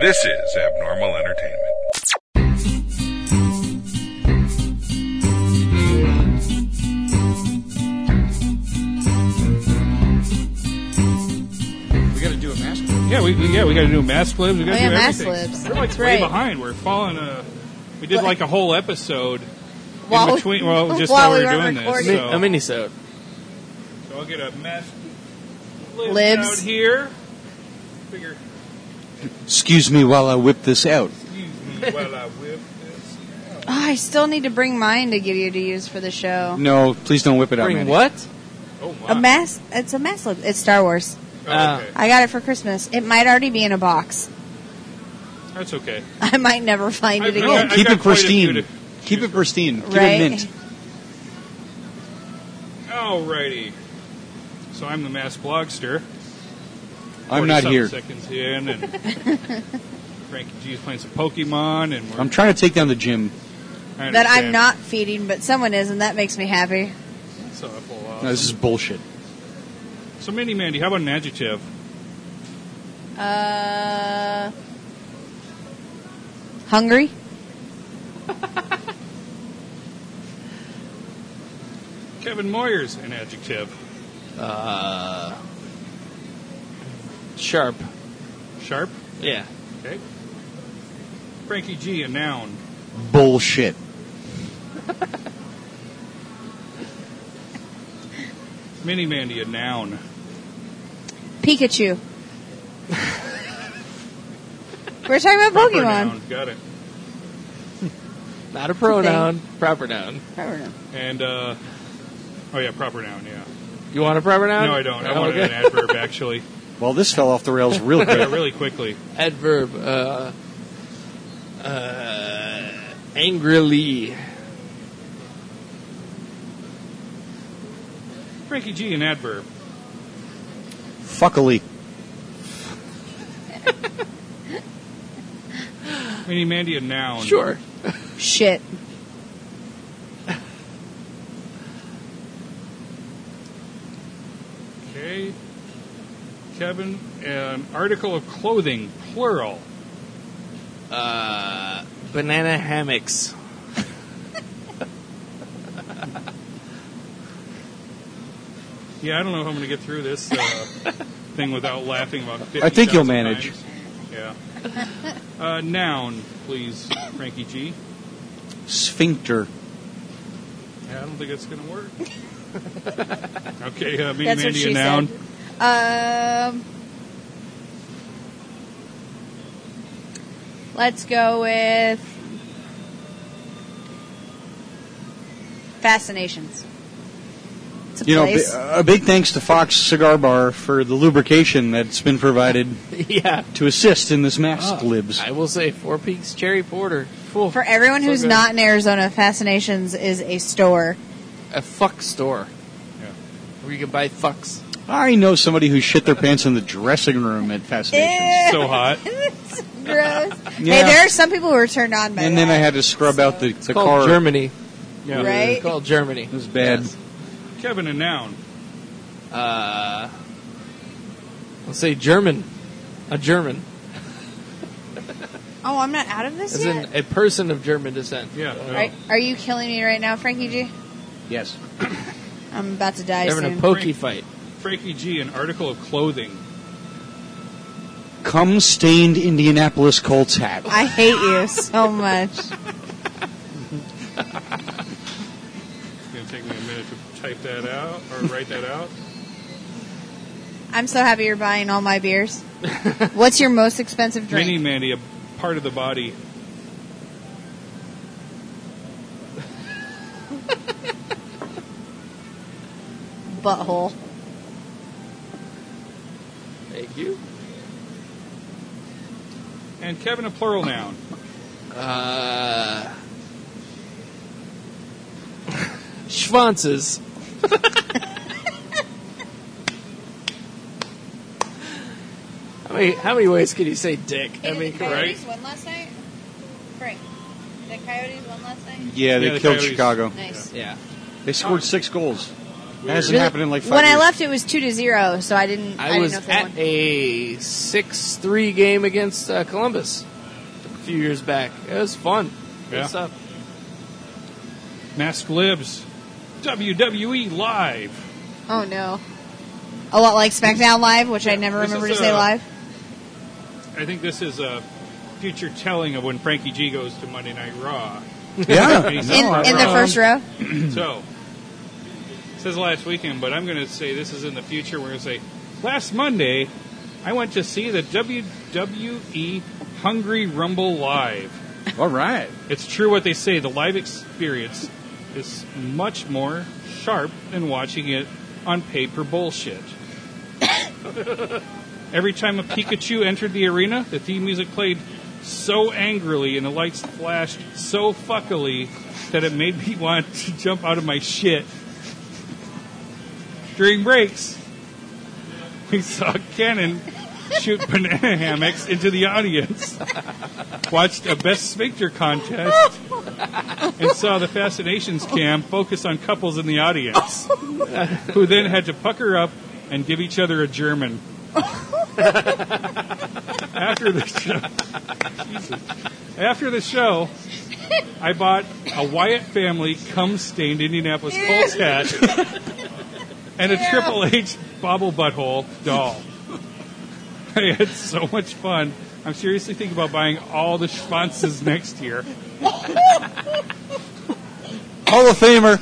This is Abnormal Entertainment. We gotta do a mask. We're Yeah, we, we yeah we got to do mass libs. We got Oh, to yeah, do mass everything. libs. We're like That's way right. behind. We're falling. Uh, we did Well- like a whole episode While in we- between. Well, just while while, we we were weren't doing recording. this. Mi- So, A minisode. so I'll get a mass libs, Libs. out here. Figure, Excuse me while I whip this out. excuse me while I whip this. Oh, I still need to bring mine to get you to use for the show. No, please don't whip it out, Bring Manny. what? Oh my! A mass. It's a mass. lip- It's Star Wars. Uh. Oh, okay. I got it for Christmas. It might already be in a box. That's okay. I might never find it I- again. I- No, I've keep got it quite a few pristine. to- Keep it pristine. Keep Right? it mint. Alrighty. So I'm the mass blogster. I'm not 47 here. Seconds in, and Frank and G is playing some Pokemon, and we're, I'm trying to take down the gym. I That I'm understand. not feeding, but someone is, and that makes me happy. So I pull off. No, this is bullshit. So, Mindy Mandy, how about an adjective? Uh, hungry. Kevin Moyers, an adjective. Uh, sharp. Sharp. Yeah. Okay. Frankie G, a noun. Bullshit. Mini Mandy, a noun. Pikachu. We're talking about Proper Pokemon. noun. Got it. Not a pronoun. Proper noun. Proper noun. And uh, oh yeah, proper noun. Yeah. You want a proper noun? No, I don't. I Oh, wanted an okay. adverb actually. Well, this fell off the rails real yeah, quick. really quickly. Adverb. Uh, uh, angrily. Frankie G, an adverb. Fuckily. Mini Mandy, a noun. Sure. Shit. Okay. Kevin, an article of clothing, plural. Uh, banana hammocks. Yeah, I don't know if I'm going to get through this uh, thing without laughing about 50 I think you'll manage. times. Yeah. Uh, noun, please, Frankie G. Sphincter. Yeah, I don't think it's going to work. okay, uh, me That's what Mandy, she a noun. said. Um, let's go with fascinations. It's a You know, bi- place. a big thanks to Fox Cigar Bar for the lubrication that's been provided yeah. to assist in this mask Ah, libs. I will say Four Peaks Cherry Porter. Phew. For everyone uh, So who's good. not in Arizona, Fascinations is a store. a fuck store. Yeah. Where you can buy fucks. I know somebody who shit their pants in the dressing room at Fascinations. So hot. It's gross. Hey, Yeah. there are some people who are turned on by And that. then I had to scrub out the, It's the called car. Germany. Yeah. Right? It's called Germany. It was bad. Kevin, a noun. Uh, let's say German. A German. Oh, I'm not out of this As yet. in a person of German descent. Yeah. Uh, no. Are, are you killing me right now, Frankie G? Yes. I'm about to die They're in soon. a pokey fight. Frankie G, an article of clothing. Cum stained Indianapolis Colts hat. I hate you so much. It's going to take me a minute to type that out or write that out. I'm so happy you're buying all my beers. What's your most expensive drink? Mini Mandy, a part of the body. Butthole. Thank you. And Kevin, a plural noun. Uh, Schwanzes. how, many, how many ways can you say dick? I mean, come on. Coyotes won last night? Frank, the Coyotes won last night? Yeah, they Yeah, the killed Coyotes. Chicago. Nice. Yeah. They scored six goals. That hasn't happened in like five when I years. left, it was two to zero, so I didn't. I, I was didn't know if they at won. a six-three game against uh, Columbus a few years back. It was fun. Good Yeah. stuff. Mask Libs, WWE Live. Oh no. A lot like SmackDown Live, which I never this remember to is, say uh, live. I think this is a future telling of when Frankie G goes to Monday Night Raw. Yeah. In- In, No, Oh, I- in the um, first row. So, it says last weekend, but I'm going to say this is in the future. We're going to say, last Monday, I went to see the WWE Hungry Rumble Live. All right. It's true what they say. The live experience is much more sharp than watching it on paper bullshit. Every time a Pikachu entered the arena, the theme music played so angrily and the lights flashed so fuckily that it made me want to jump out of my shit. During breaks, we saw Cannon shoot banana hammocks into the audience, watched a best sphincter contest, and saw the Fascinations cam focus on couples in the audience, who then had to pucker up and give each other a German. After the show, Jesus. after the show, I bought a Wyatt family cum stained Indianapolis Colts hat and a Triple H bobble butthole doll. I had so much fun. I'm seriously thinking about buying all the Schwanzes next year. Hall of Famer.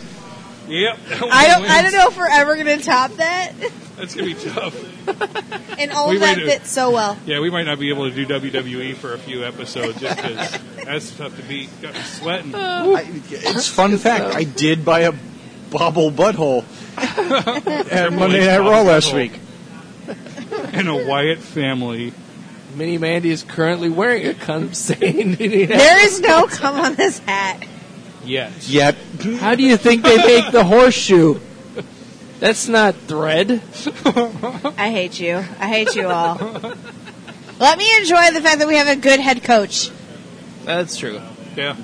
Yep. I don't. I don't know if we're ever going to top that. That's going to be tough. And all We of that waited. fits so well. Yeah, we might not be able to do WWE for a few episodes just because that's tough to beat. Got me sweating. I, it's fun fact. I did buy a bobble butthole at Monday Night Raw last Butthole. week. And a Wyatt family. Mini Mandy is currently wearing a cum stained Indiana. There is no come on this hat. Yes. Yep. How do you think they make the horseshoe? That's not thread. I hate you. I hate you all. Let me enjoy the fact that we have a good head coach. That's true. Yeah.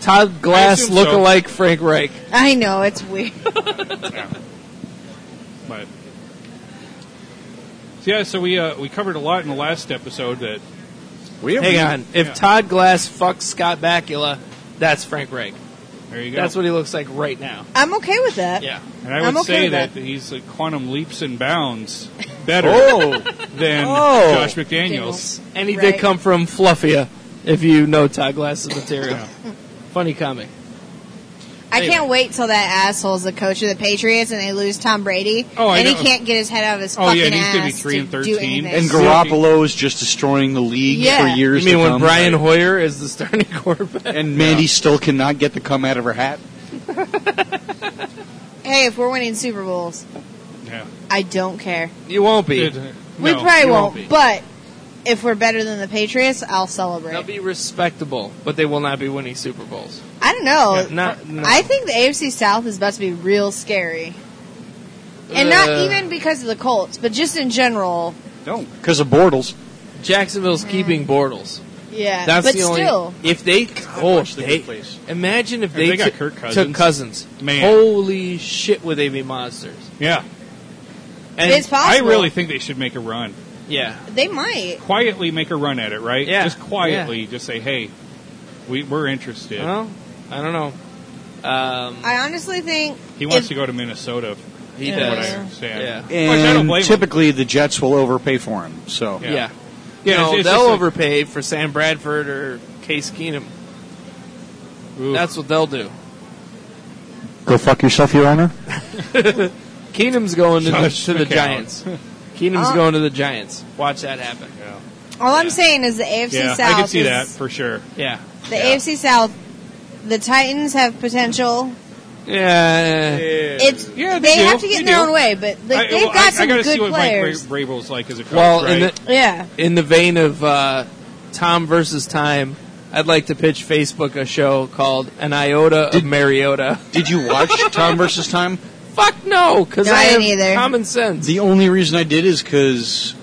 Todd I Glass assume so. look-alike Frank Reich. I know it's weird. But so, yeah, so we uh, we covered a lot in the last episode that We have- Hang on. If Yeah. Todd Glass fucks Scott Bakula, that's Frank Reich. there you go. That's what he looks like right now. I'm okay with that. Yeah. and I would I'm okay say with that, that. he's like quantum leaps and bounds better Oh. than Oh. Josh McDaniels. And he Right. did come from Fluffia, if you know Todd Glass's material. Funny comic. I can't wait till that asshole's the coach of the Patriots and they lose Tom Brady. Oh, I and know. he can't get his head out of his Oh, fucking yeah, and he's gonna be ass three to and do 13. anything. And Garoppolo's just destroying the league Yeah. for years. You mean to when come. Brian Hoyer is the starting quarterback? and Mandy still cannot get the cum out of her hat? hey, if we're winning Super Bowls, Yeah. I don't care. You won't be. It- no, we probably you won't, be. but if we're better than the Patriots, I'll They'll celebrate. be respectable, but they will not be winning Super Bowls. I don't know. Yeah, not- no. I think the AFC South is about to be real scary. And not Uh, even because of the Colts, but just in general. No, because of Bortles. Jacksonville's keeping Bortles. Yeah. That's but the only. still. If they, oh, watch the good they, place. imagine if they they, got took- Kirk took Cousins. Cousins. Man. Holy shit, would they be monsters? Yeah. And It's I possible. really think they should make a run. yeah, They might. Quietly make a run at it, right? Yeah. Just quietly, just say, "Hey, we, we're interested." well, I don't know. Um, I honestly think. He wants if- to go to Minnesota, he Yeah. from what I does. understand. Yeah. Which I don't And blame him. typically, the Jets will overpay for him. So Yeah. Yeah. Yeah, no, it's- it's they'll just like- overpay for Sam Bradford or Case Keenum. Oof. That's what they'll do. go fuck yourself, Your Honor. Keenum's going to the, Josh to the McCown. Giants. Keenum's Oh. going to the Giants. Watch that happen. All I'm saying is the AFC yeah, South. I can see is- that for sure. Yeah. The AFC South. The Titans have potential. Yeah. It's Yeah, they, they do. have to get They in their do. own way, but like, I, they've well, got I- I some gotta good see what players. Mike Bra- Vrabel's like as a coach. Well, right? in the yeah, in the vein of uh, Tom versus Time, I'd like to pitch Facebook a show called An Iota of Mariota. Did you watch Tom versus Time? Fuck no, because No, I I have didn't either. common sense. The only reason I did is because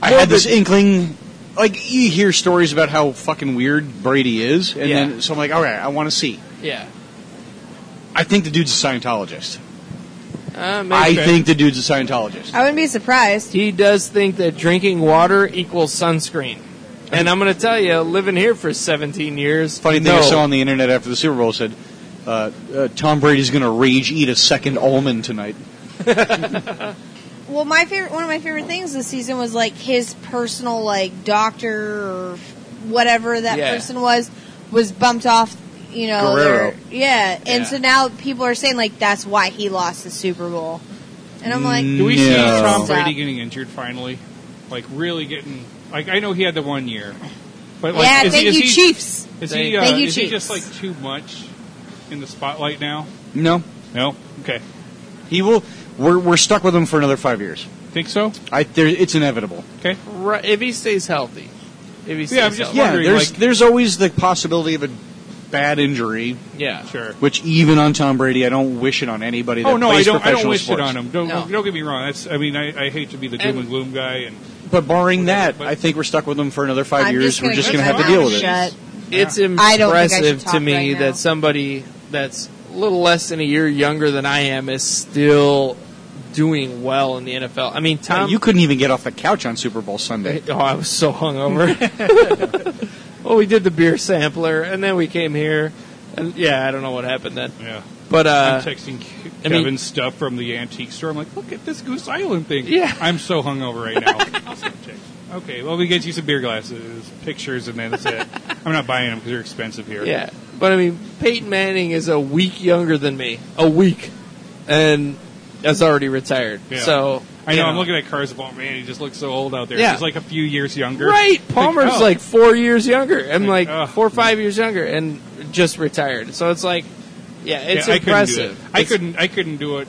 I Well, had this but- inkling. Like you hear stories about how fucking weird Brady is, and Yeah. then so I'm like, all right, I want to see. yeah. I think the dude's a Scientologist. Uh, maybe. I Okay. think the dude's a Scientologist. I wouldn't be surprised. he does think that drinking water equals sunscreen. And I'm going to tell you, living here for 17 years, Funny thing no. I saw on the internet after the Super Bowl said, uh, uh, Tom Brady's going to rage eat a second almond tonight. Well, my favorite, one of my favorite things this season was like his personal like doctor or whatever that Yeah. person was was bumped off. You know, Guerrero. their- yeah, and Yeah. so now people are saying like that's why he lost the Super Bowl, and I'm Mm, like, Do we see No. Tom Brady Stop. getting injured finally? Like really getting like I know he had the one year, but like yeah, is thank he, is you, he, Chiefs. Is he, uh, Thank you, is he just like Chiefs. too much in the spotlight now? No. No. Okay. He will. We're, we're stuck with him for another five years. Think so? I, there, it's inevitable. Okay. Right, if he stays healthy. If he stays I'm just healthy. Yeah, wondering, there's like- there's always the possibility of a bad injury, Yeah. Sure. which even on Tom Brady, I don't wish it on anybody. That Oh no, I plays don't. I don't professional wish sports. it on him. Don't No. don't get me wrong. That's. I mean, I, I hate to be the doom And- and, gloom guy, and But barring that, But- I think we're stuck with him for another 5 I'm years. just we're gonna just keep going to my have to deal mouth with it. shut. It's I don't think I should impressive talk to me right now. that somebody that's a little less than a year younger than I am is still doing well in the NFL. I mean, Tom. you couldn't even get off the couch on Super Bowl Sunday. Oh, I was so hungover. well, we did the beer sampler, and then we came here, and yeah, I don't know what happened then. yeah. But I'm uh, texting Ke- I Kevin mean- stuff from the antique store. I'm like, look at this Goose Island thing. Yeah. I'm so hungover right now. I'll stop texting. okay. Well, we get you some beer glasses, pictures, and then that's it. I'm not buying them because they're expensive here. yeah, but I mean, Peyton Manning is a week younger than me, a week, and has already retired. Yeah. So I know. you I'm looking at cars. Oh man, he just looks so old out there. Yeah. He's like a few years younger. Right, Palmer's oh. like four years younger. I'm Like, oh. ugh. like, four or five years younger, and just retired. So it's like, yeah, it's Yeah, impressive. I It's- couldn't, do it. I couldn't. I couldn't do it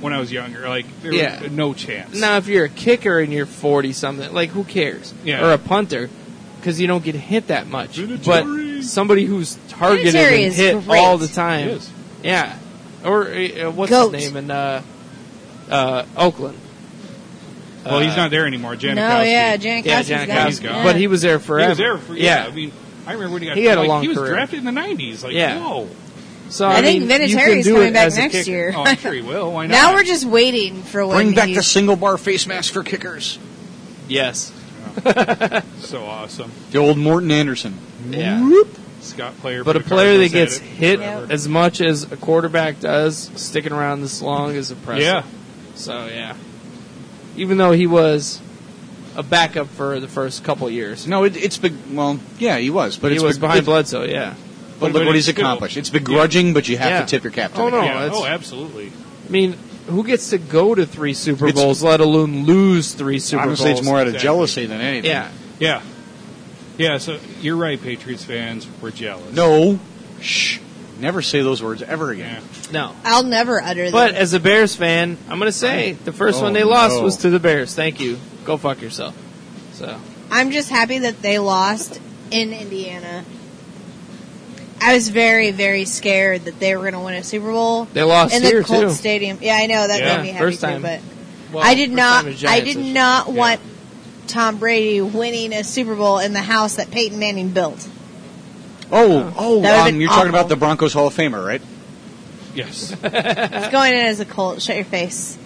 when I was younger. Like there Yeah. was no chance. Now, if you're a kicker and you're forty something, like who cares? Yeah. Or a punter, because you don't get hit that much. Vinatieri. But somebody who's targeted Vinatieri and is hit great. all the He time. is. Yeah. Or uh, uh, what's Goat. his name in uh, uh, Oakland? Uh, Well, he's not there anymore. No, Janikowski. yeah, Janikowski's Yeah, gone. Janikowski. He's gone. But he was there forever. He was there for yeah. I mean, I remember when he got He had a like, long he was career. drafted in the nineties. Like Yeah. whoa, so I, I, think mean, you can Vinatieri's do coming it back as a next kicker. year. oh, I'm sure he will. Why not? now we're just waiting for when Bring back he's- the single bar face mask for kickers. Yes. so awesome. The old Morton Anderson. Yeah. Scott player, But a put the player that Cardinals gets at it hit forever. as much as a quarterback does, sticking around this long is impressive. Yeah. So yeah. Even though he was a backup for the first couple years, No, it, it's big. Well, yeah, he was, but he it's was beg- behind it's- Bledsoe. Yeah. But look But what it's he's still- accomplished. It's begrudging, but you have Yeah. to tip your cap to Oh, him. no, yeah. it's- oh, absolutely. I mean, who gets to go to three Super It's- Bowls, let alone lose three Super Honestly, Bowls? it's more out of Exactly. jealousy than anything. Yeah. Yeah, yeah. So you're right, Patriots fans. We're jealous. No. Shh. Never say those words ever Yeah. again. No. I'll never utter But that. as a Bears fan, I'm gonna say the first Oh, one they lost no. was to the Bears. Thank you. Go fuck yourself. So I'm just happy that they lost in Indiana. I was very, very scared that they were going to win a Super Bowl they lost in here the Colts too. Stadium. Yeah, I know that Yeah, made me happy first too. time. But Well, I did first not. time as I Giants did this- not yeah. want Tom Brady winning a Super Bowl in the house that Peyton Manning built. Oh, oh, That would've um, been you're talking awful. about the Broncos Hall of Famer, right? Yes. Uh, It's going in as a Colt. Shut your face.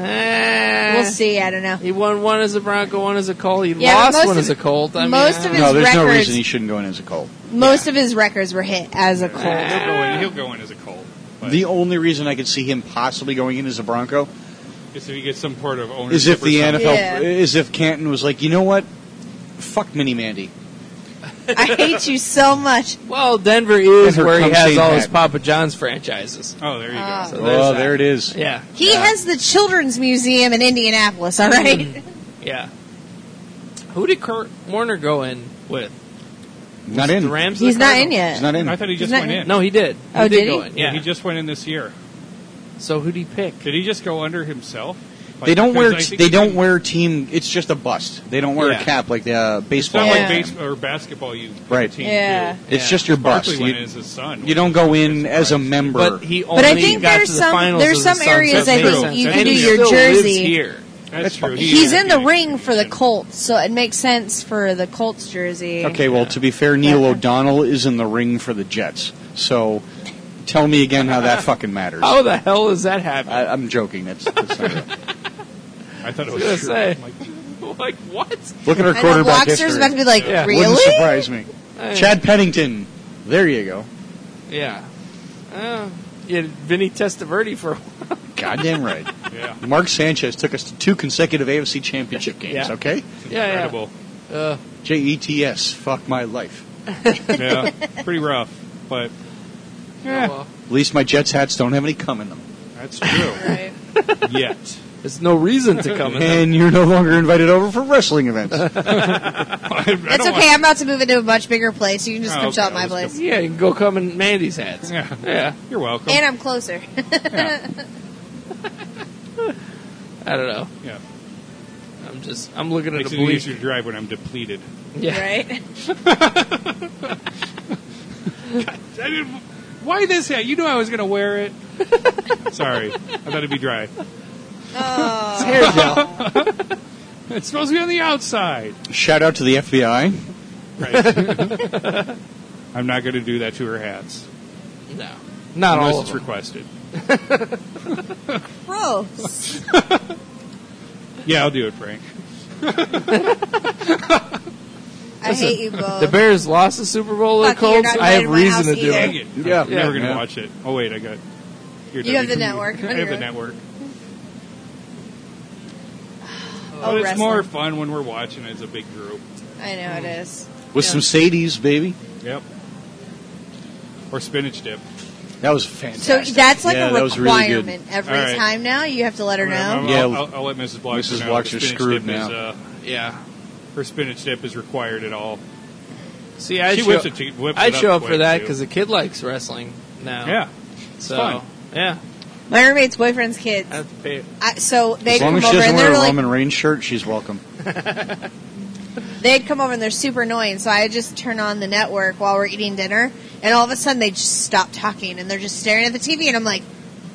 Ah. We'll see. I don't know. He won one as a Bronco, one as a Colt. He Yeah, but lost most one of- as a Colt. I mean, most of I- his no, there's no records- reason he shouldn't go in as a Colt. Most of his records were hit as a Colt. Uh, he'll go in. He'll go in as a Colt. But The only reason I could see him possibly going in as a Bronco just if he gets some part of ownership, is if or the something. NFL, Yeah. is if Canton was like, you know what, fuck Mini Mandy. I hate you so much. uh, well, Denver is Denver where he comes has Shane all his Patton. Papa John's franchises. Oh, there you go. Ah. So there's oh, that. there it is. Yeah, Mm. He has the Children's Museum in Indianapolis. All right. yeah. Who did Kurt Warner go in with? Not in. The Rams. or He's the not in Cardinals? yet. He's not in. I thought he just Isn't went that- in. No, he did. He Oh, did go he? in. yeah, Yeah. he just went in this year. so who did he pick? Did he just go under himself? Like, They don't wear. because I think they he don't can- wear team. It's just a bust. They don't wear Yeah. a cap like the uh, It's not baseball. like Yeah. base or basketball. You Right. Team Yeah. Do. It's Yeah. just your bust. Barkley You, went in as his son. you don't go in as a member. But he only But I think got there's to the some- finals there's as a some Suns. areas I That think makes sense. you can And do he your still jersey. lives here. That's true. He He's is in the Yankee. ring for the Colts, so it makes sense for the Colts jersey. okay, well, to be fair, Neil O'Donnell is in the ring for the Jets. So Tell me again how that fucking matters. Oh. How the hell is that happening? I, I'm joking. That's, that's not real. I thought it I was was true. gonna I'm like, like what? Look at her I know quarterback Blockster's history. about to be like, Yeah. really? Wouldn't surprise me. Uh, Chad Pennington. There you go. Yeah. Uh, you had Vinny Testaverde for a while. Goddamn right. yeah, Mark Sanchez took us to two consecutive AFC championship games, Yeah. okay? Yeah, incredible. yeah. Uh, J E T S, fuck my life. Yeah. pretty rough, but oh, yeah, well. At least my Jets hats don't have any cum in them. that's true. Right. Yet, There's no reason to come in. And you're no longer invited over for wrestling events. I, I don't It's okay. want- I'm about to move into a much bigger place. You can just Oh, come okay, shop my I'll just place. Yeah, you can go come in Mandy's hats. Yeah. Yeah. You're welcome. And I'm closer. yeah. I don't know. yeah. I'm just I'm looking at Makes a it bleach. easier to drive when I'm depleted. Yeah. Right? I didn't, why this hat? You knew I was going to wear it. Sorry, I thought it'd be dry. Oh. Hair gel. It's supposed to be on the outside. Shout out to the FBI. Right. I'm not going to do that to her hats No. Not unless all of it's them. requested. Gross. Yeah, I'll do it, Frank. I hate you both. The Bears lost the Super Bowl to the Fuck, you're Colts. not invited I have to my reason house to do either. it. Dang it! Yeah. I'm never going to Yeah. watch it. Oh wait, I got. your You have the WWE. network. I have You're the right. network. oh, But it's wrestling. more fun when we're watching as a big group. I know it is. With Yeah. some Sadies, baby. Yep. Or spinach dip. That was So fantastic. that's like yeah, a that was really requirement good. every All right. time now. You have to let her I'm- know. I'll, Yeah. I'll, I'll let Mrs. Bloxer Mrs. know if the Bloxer's spinach screwed dip now. Is, uh, Yeah. her spinach dip is required at all. See, I She show, whips it- she whips I it up show up for quick, that too. because the kid likes wrestling now. Yeah. So fun. yeah, My roommate's boyfriend's kids. I have to pay it. I, so they As long come as she over doesn't and wear they're a like, Roman Reigns shirt, she's welcome. they'd come over and they're super annoying. So I just turn on the network while we're eating dinner, and all of a sudden they just stop talking and they're just staring at the TV. And I'm like,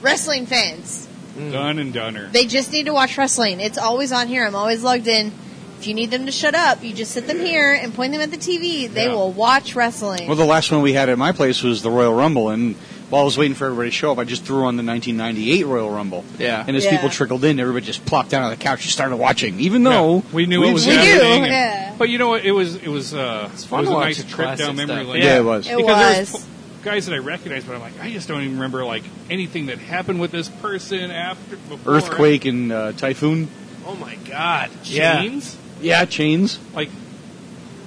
wrestling fans, Done and doneer. they just need to watch wrestling. It's always on here. I'm always logged in. If you need them to shut up, you just sit them here and point them at the TV. They Yeah. will watch wrestling. Well, the last one we had at my place was the Royal Rumble, and while I was waiting for everybody to show up, I just threw on the 1998 Royal Rumble. Yeah. And as Yeah. people trickled in, everybody just plopped down on the couch and started watching, even though Yeah, we knew what was We do, happening. and- yeah. But you know what? It was it was uh, It's it fun was a to watch nice the trip down classic memory stuff. lane. Yeah, it was. It because there was. po- guys that I recognized, but I'm like, I just don't even remember like anything that happened with this person after before earthquake and uh, typhoon. Oh my god. Yeah. Chains. Yeah, chains. Like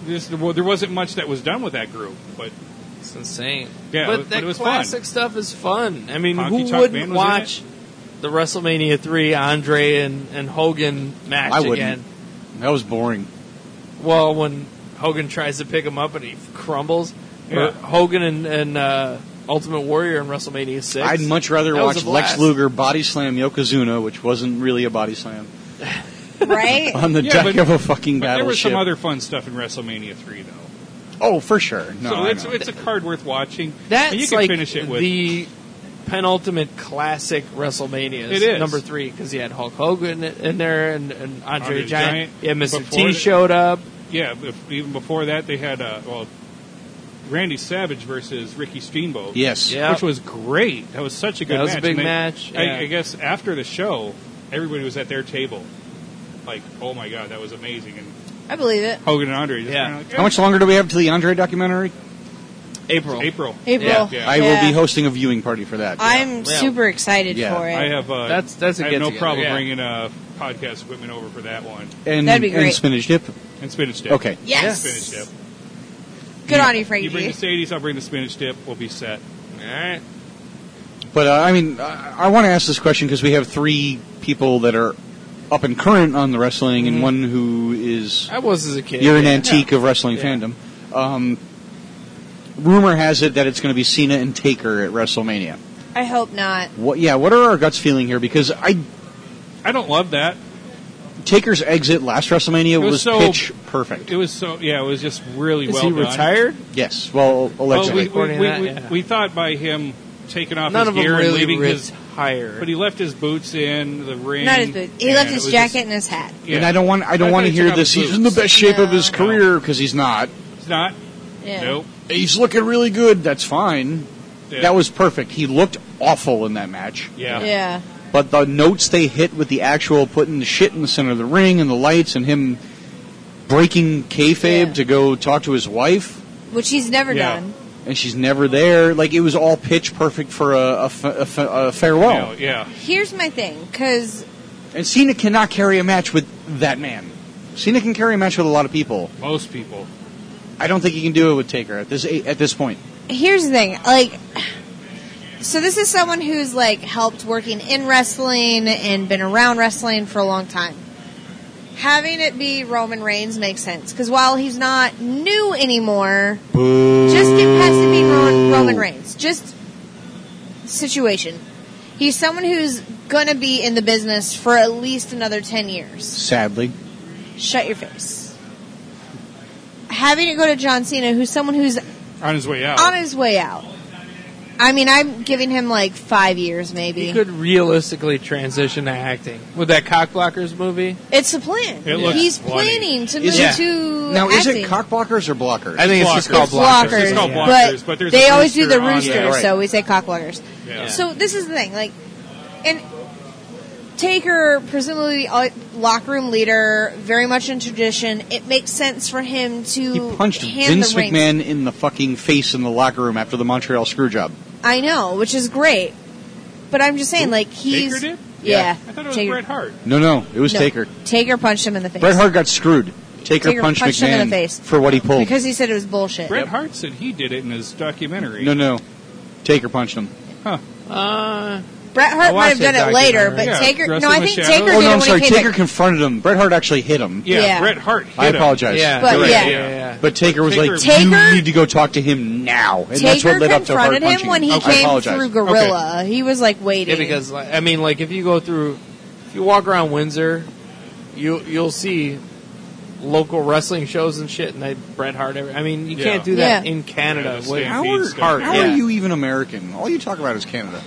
this, well, there wasn't much that was done with that group, but It's insane. Yeah, but but- that but it was classic fun. stuff is fun. I mean, Honky who Tonk Man wouldn't was in watch the WrestleMania three Andre and, and Hogan match I wouldn't. again? That was boring. Well, when Hogan tries to pick him up and he crumbles, Yeah. or Hogan and, and uh, Ultimate Warrior in WrestleMania six. I'd much rather That was watch a Lex blast. Luger body slam Yokozuna, which wasn't really a body slam, right? on the Yeah, deck but- of a fucking but there was battleship. some other fun stuff in WrestleMania three though. oh, for sure. No, so I it's know. it's a card worth watching. And That's you can like finish it with the penultimate classic WrestleMania. It is. number three because he had Hulk Hogan in there and, and Andre, Andre the the Giant. Giant. Yeah, Mr. Before T the- showed up. Yeah, if, even before that, they had uh, well, Randy Savage versus Ricky Steamboat. Yes. Yeah. which was great. That was such a good. That was a match. big And they- match, I, yeah. I guess after the show, everybody was at their table. Like, oh my god, that was amazing! And I believe it. Hogan and Andre. Just Yeah. kinda Like, How much longer do we have to the Andre documentary? April. April. April. Yeah, yeah. I will Yeah. be hosting a viewing party for that. I'm Yeah. super excited Yeah. for it. I have. Uh, That's- that's a I have no get-together, problem yeah. bringing uh, podcast equipment over for that one and, That'd be and great. spinach dip. and spinach dip. Okay. yes. Spinach dip. Good on you, You bring Frankie. the Sadies, I'll bring the spinach dip. We'll be set. All right. But uh, I mean, I, I want to ask this question because we have three people that are up and current on the wrestling, Mm-hmm. and one who is I was as a kid. you're an yeah. antique of wrestling Yeah. fandom. Um, rumor has it that it's going to be Cena and Taker at WrestleMania. I hope not. What? Yeah. What are our guts feeling here? Because I I don't love that. Taker's exit last WrestleMania was was, so- pitch perfect. It was so. Yeah, it was just really Is well he done. retired? yes. Well, Well, we, allegedly. we, According we, to that, we, yeah. we thought by him taking off None his of them gear and really leaving his, retired. but he left his boots in the ring. Not his boot. He and left it his was jacket and his hat. Just, yeah, And I don't want. I I don't thought want to he hear took off this. his He's in the boots. best shape of his No. career because he's not. It's not. Yeah. Nope. He's looking really good. That's fine. Yeah. That was perfect. He looked awful in that match. Yeah. Yeah. But the notes they hit with the actual putting the shit in the center of the ring and the lights and him breaking kayfabe Yeah. to go talk to his wife Which he's never Yeah. done. and she's never there. Like it was all pitch perfect for a, a fa- a fa- a farewell. No, yeah. Here's my thing, because And Cena cannot carry a match with that man. Cena can carry a match with a lot of people. Most people. I don't think he can do it with Taker at this at this point. here's the thing, like, so this is someone who's like helped working in wrestling and been around wrestling for a long time. Having it be Roman Reigns makes sense because while he's not new anymore, just get past it being Roman, Roman Reigns. Just situation. He's someone who's gonna be in the business for at least another ten years. Sadly, Shut your face. Having it go to John Cena, who's someone who's On his way out. on his way out. I mean, I'm giving him like five years, maybe. He could realistically transition to acting with that Cockblockers movie. It's a plan. It looks He's bloody. planning to move Is it- to now is acting. it cock blockers or blockers? I think it's just called It's blockers, Blockers. It's called Yeah. blockers, but, but there's they a always do the rooster on rooster, there. Yeah, right. so we say cockblockers. Yeah. So this is the thing, like, and Taker, presumably uh, locker room leader, very much in tradition. It makes sense for him to he punched hand Vince the reins. McMahon in the fucking face in the locker room after the Montreal Screwjob. I know, which is great, but I'm just saying, like, he's Taker did? yeah. I thought it was Taker- Bret Hart. No, no, it was no, Taker. Taker punched him in the face. Bret Hart got screwed. Taker, Taker punched, punched him McMahon in the face. for what he pulled. because he said it was bullshit. Bret Hart said he did it in his documentary. no, no, Taker punched him. Uh, Bret I Hart might watched have done that it later, but documentary. Yeah, Taker. No, Wrestling I with think Shadows. Taker Oh did no, it I'm when sorry. he came Taker confronted him. Bret Hart actually hit him. Yeah, Yeah. Bret Hart hit I him. apologize. yeah, But you're right, yeah. yeah, yeah. But Taker was Taker- like, Taker- "You need to go talk to him now," and Taker that's what led up to Hart confronted punching him when he I came apologize. through Gorilla. He was like waiting. Yeah, because like, I mean, like if you go through, if you walk around Windsor, you you'll see local wrestling shows and shit, and they Bret Hart. Every, I mean, you Yeah. caned do that Yeah. in Canada. Yeah, the with same. How, are, Feeds stuff. how Yeah. are you even American? All you talk about is Canada.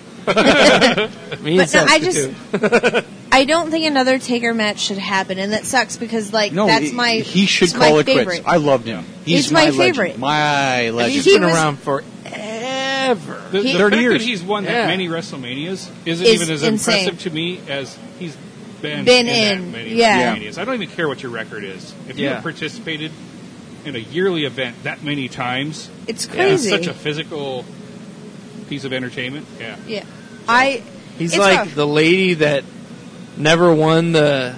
me But no, I just- substitute. I don't think another Taker match should happen, and that sucks because like No, that's he- my he should it's my call it favorite. quits. I loved him. He's, He's my legend. favorite. My legend. He's he been was- around forever. The, He- the 30 fact years. that he's won Yeah. that many WrestleManias isn't Is even as insane. impressive to me as he's been, in, Been in, that many yeah. WrestleManias. I don't even care what your record is. If you Yeah. have participated in a yearly event that many times, it's it's crazy. such a physical piece of entertainment. Yeah. yeah, I. He's It's like rough. the lady that never won the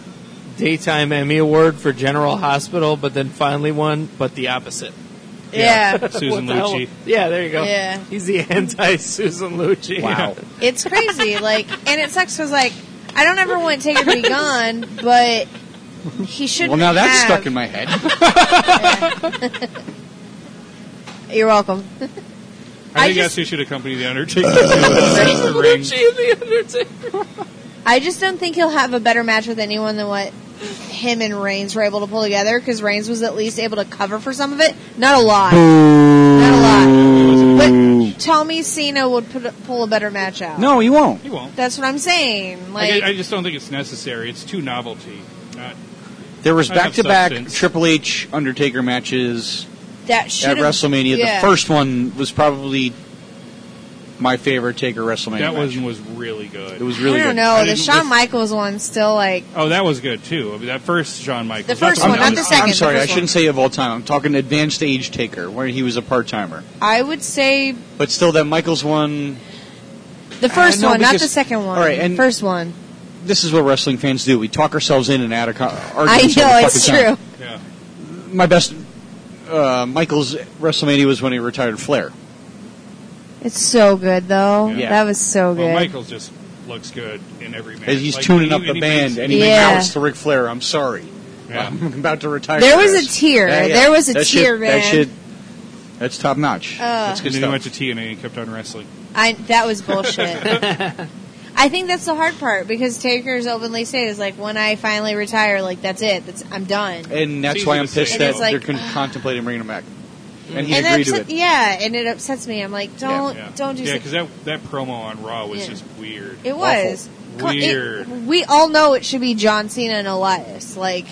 daytime Emmy award for General Hospital, but then finally won, but the opposite. Yeah. Susan What the hell? Lucci. Yeah, there you go. Yeah. He's the anti Susan Lucci. wow. It's crazy, like, and it sucks because like I don't ever want Taker to be gone, but he should. Well, now that's have. stuck in my head. You're welcome. I, I think just- that's who should accompany the Undertaker. The ring. Lucci and the Undertaker. I just don't think he'll have a better match with anyone than what him and Reigns were able to pull together because Reigns was at least able to cover for some of it. Not a lot. Not a lot. But tell me Cena would put, pull a better match out. No, he won't. He won't. That's what I'm saying. I, Like, ju- I just don't think it's necessary. It's too novelty. Not, There was I have back-to-back substance. Triple H Undertaker matches that should at WrestleMania. yeah. The first one was probably my favorite Taker WrestleMania. that match. one was really good. It was really I don't good. know. I the didn't- Shawn with- Michaels one's still like oh, that was good too. I mean, that first Shawn Michaels. The that's first what one, I not I'm, was- the second. I'm sorry, the I first shouldn't one. say of all time. I'm talking advanced age Taker, where he was a part timer. I would say But still, that Michaels one. the first Uh, no, one, not the because- second one. all right, and- first one. This is what wrestling fans do. We talk ourselves in and out of co- I arguments. all know the it's fucking true. time. Yeah. My best uh, Michaels WrestleMania was when he retired Flair. It's so good though. Yeah. That was so good. Well, Michaels just looks good in every match. He's Like, tuning he- up the he band, brings- and he Yeah. shouts to Ric Flair, "I'm sorry, Yeah. I'm about to retire." There from was a this." tear. There was a That tear, shit, That man. Uh. shit, that's top notch. that's and good then he stuff. went to TNA and kept on wrestling. I that was bullshit. I think that's the hard part because Taker's openly stated is like when I finally retire, like that's it. That's I'm done. and that's It's why easy I'm to pissed say Mm. that no. And they're it's con- contemplating bringing him back, and he and agreed upset, to it. Yeah, and it upsets me. I'm like, don't Yeah. don't do Yeah, something. because that, that promo on Raw was Yeah. just weird. It was Awful. Come on, it- Weird. we all know it should be John Cena and Elias. Like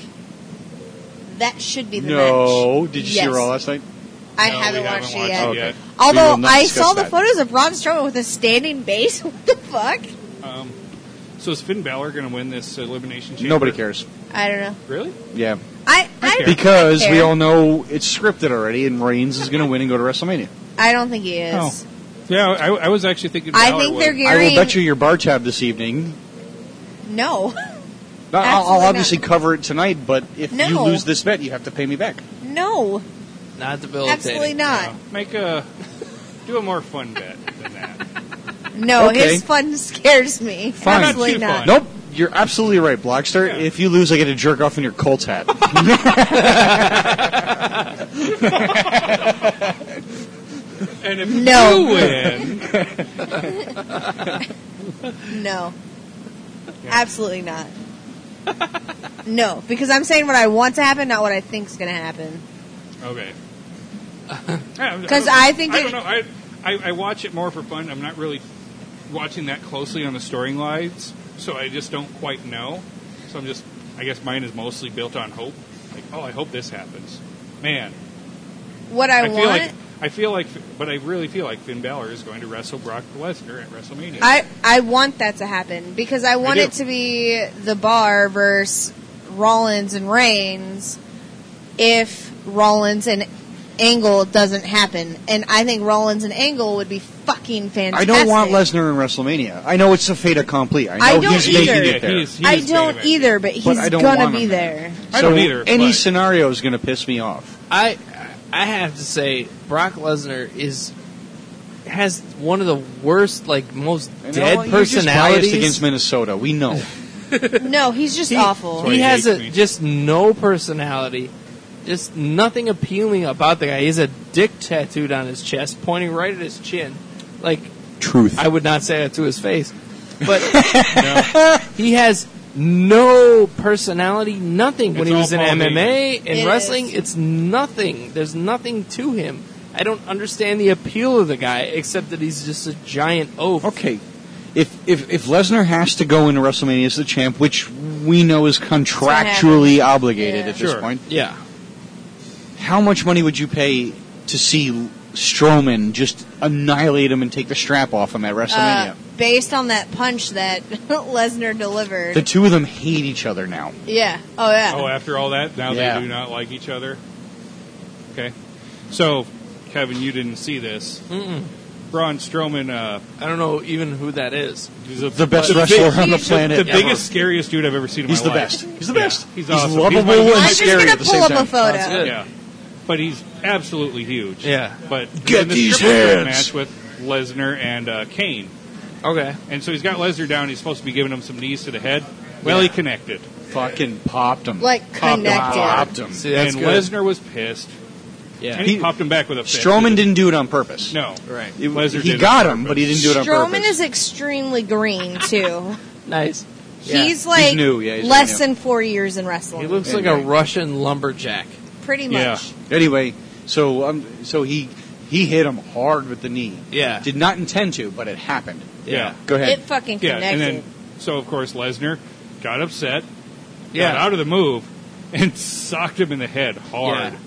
that should be the match. No, did you see Yes. Raw last night? I No, haven't we watched haven't it watched yet. it yet. Okay. We Although will not I discuss saw the that. photos of Braun Strowman with a standing base. What the fuck? Um, so is Finn Balor going to win this elimination? Chamber? Nobody cares. I don't know. Really? Yeah. I I cares? Because I we care. all know it's scripted already, and Reigns is going to win and go to WrestleMania. I don't think he is. Oh. Yeah, I, I was actually thinking. I Balor think would. they're I gearing. will bet you your bar tab this evening. No, Now, I'll, I'll Absolutely obviously not. cover it tonight, but if you No. lose this bet, you have to pay me back. no, Not debilitating. absolutely not. uh, Make a do a more fun bet than that. No, Okay. his fun scares me. Fine. Absolutely Not too not. fun. Nope, you're absolutely right, Blackstar. Yeah. If you lose, I get a jerk off in your Colts hat. And if No. you win, No. Absolutely not. no, because I'm saying what I want to happen, not what I think's going to happen. okay. Yeah, I'm- 'Cause don't- I think I it- don't know. I, I I watch it more for fun. I'm not really watching that closely on the storylines, so I just don't quite know. So I'm just. I guess mine is mostly built on hope. Like, oh, I hope this happens. Man, What I, I want. feel like I feel like, but I really feel like Finn Balor is going to wrestle Brock Lesnar at WrestleMania. I, I want that to happen because I want do. it to be the bar versus Rollins and Reigns if Rollins and Angle doesn't happen. And I think Rollins and Angle would be fucking I fantastic. don't want Lesnar in WrestleMania. I know it's a fait accompli. I know I don't he's either. making it there. He is- he I is don't David. either, but but he's I don't gonna want be him there. I don't So either, Any but- scenario is going to piss me off. I I have to say Brock Lesnar is has one of the worst, like most You know dead what? You're just personalities. biased against Minnesota. We know. No, he's just he, awful. He Sorry, has Jake, a, we- just no personality, just nothing appealing about the guy. He has a dick tattooed on his chest, pointing right at his chin. Like Truth. I would not say that to his face, but he has no personality, nothing. when It's he was in all Paul MMA and It wrestling, is. it's nothing. There's nothing to him. I don't understand the appeal of the guy, except that he's just a giant oaf. okay. If if if Lesnar has to go into WrestleMania as the champ, which we know is contractually obligated Yeah. at this Sure. point, Yeah. how much money would you pay to see Strowman just annihilate him and take the strap off him at WrestleMania? Uh, based on that punch that Lesnar delivered. the two of them hate each other now. yeah. Oh yeah. Oh, after all that, now Yeah. they do not like each other. Okay, so Kevin, you didn't see this. Mm-mm. Braun Strowman, uh, I don't know even who that is. he's a, The best the wrestler big- on the he's planet. the ever. biggest, scariest dude I've ever seen. In He's my the life. best. He's the Yeah, best. he's He's, awesome. He's lovable my- and I'm just scary gonna at the pull same up time. a photo. That's good. Yeah, but he's absolutely huge. Yeah. but he's Get in the these hands. match with Lesnar and uh, Kane, Okay. and so he's got Lesnar down. He's supposed to be giving him some knees to the head. Well, he connected. Fucking popped him. Like popped him. connected. Popped him. See, that's and good. Lesnar was pissed, yeah. and he, He- popped him back with a fist. Strowman didn't do it on purpose. No, Right. It- Lesnar he did it got on him, purpose. but he didn't do it on Strowman purpose. is extremely green too. Nice. He's like new, yeah, he's less new. than four years in wrestling. He looks like Anyway. a Russian lumberjack. pretty Yeah. much. Anyway, so um, so he he hit him hard with the knee. Yeah. Did not intend to, but it happened. Yeah. Go ahead. It fucking Yeah, connected. and then so of course Lesnar got upset, Yeah. got out of the move, and socked him in the head hard, Yeah.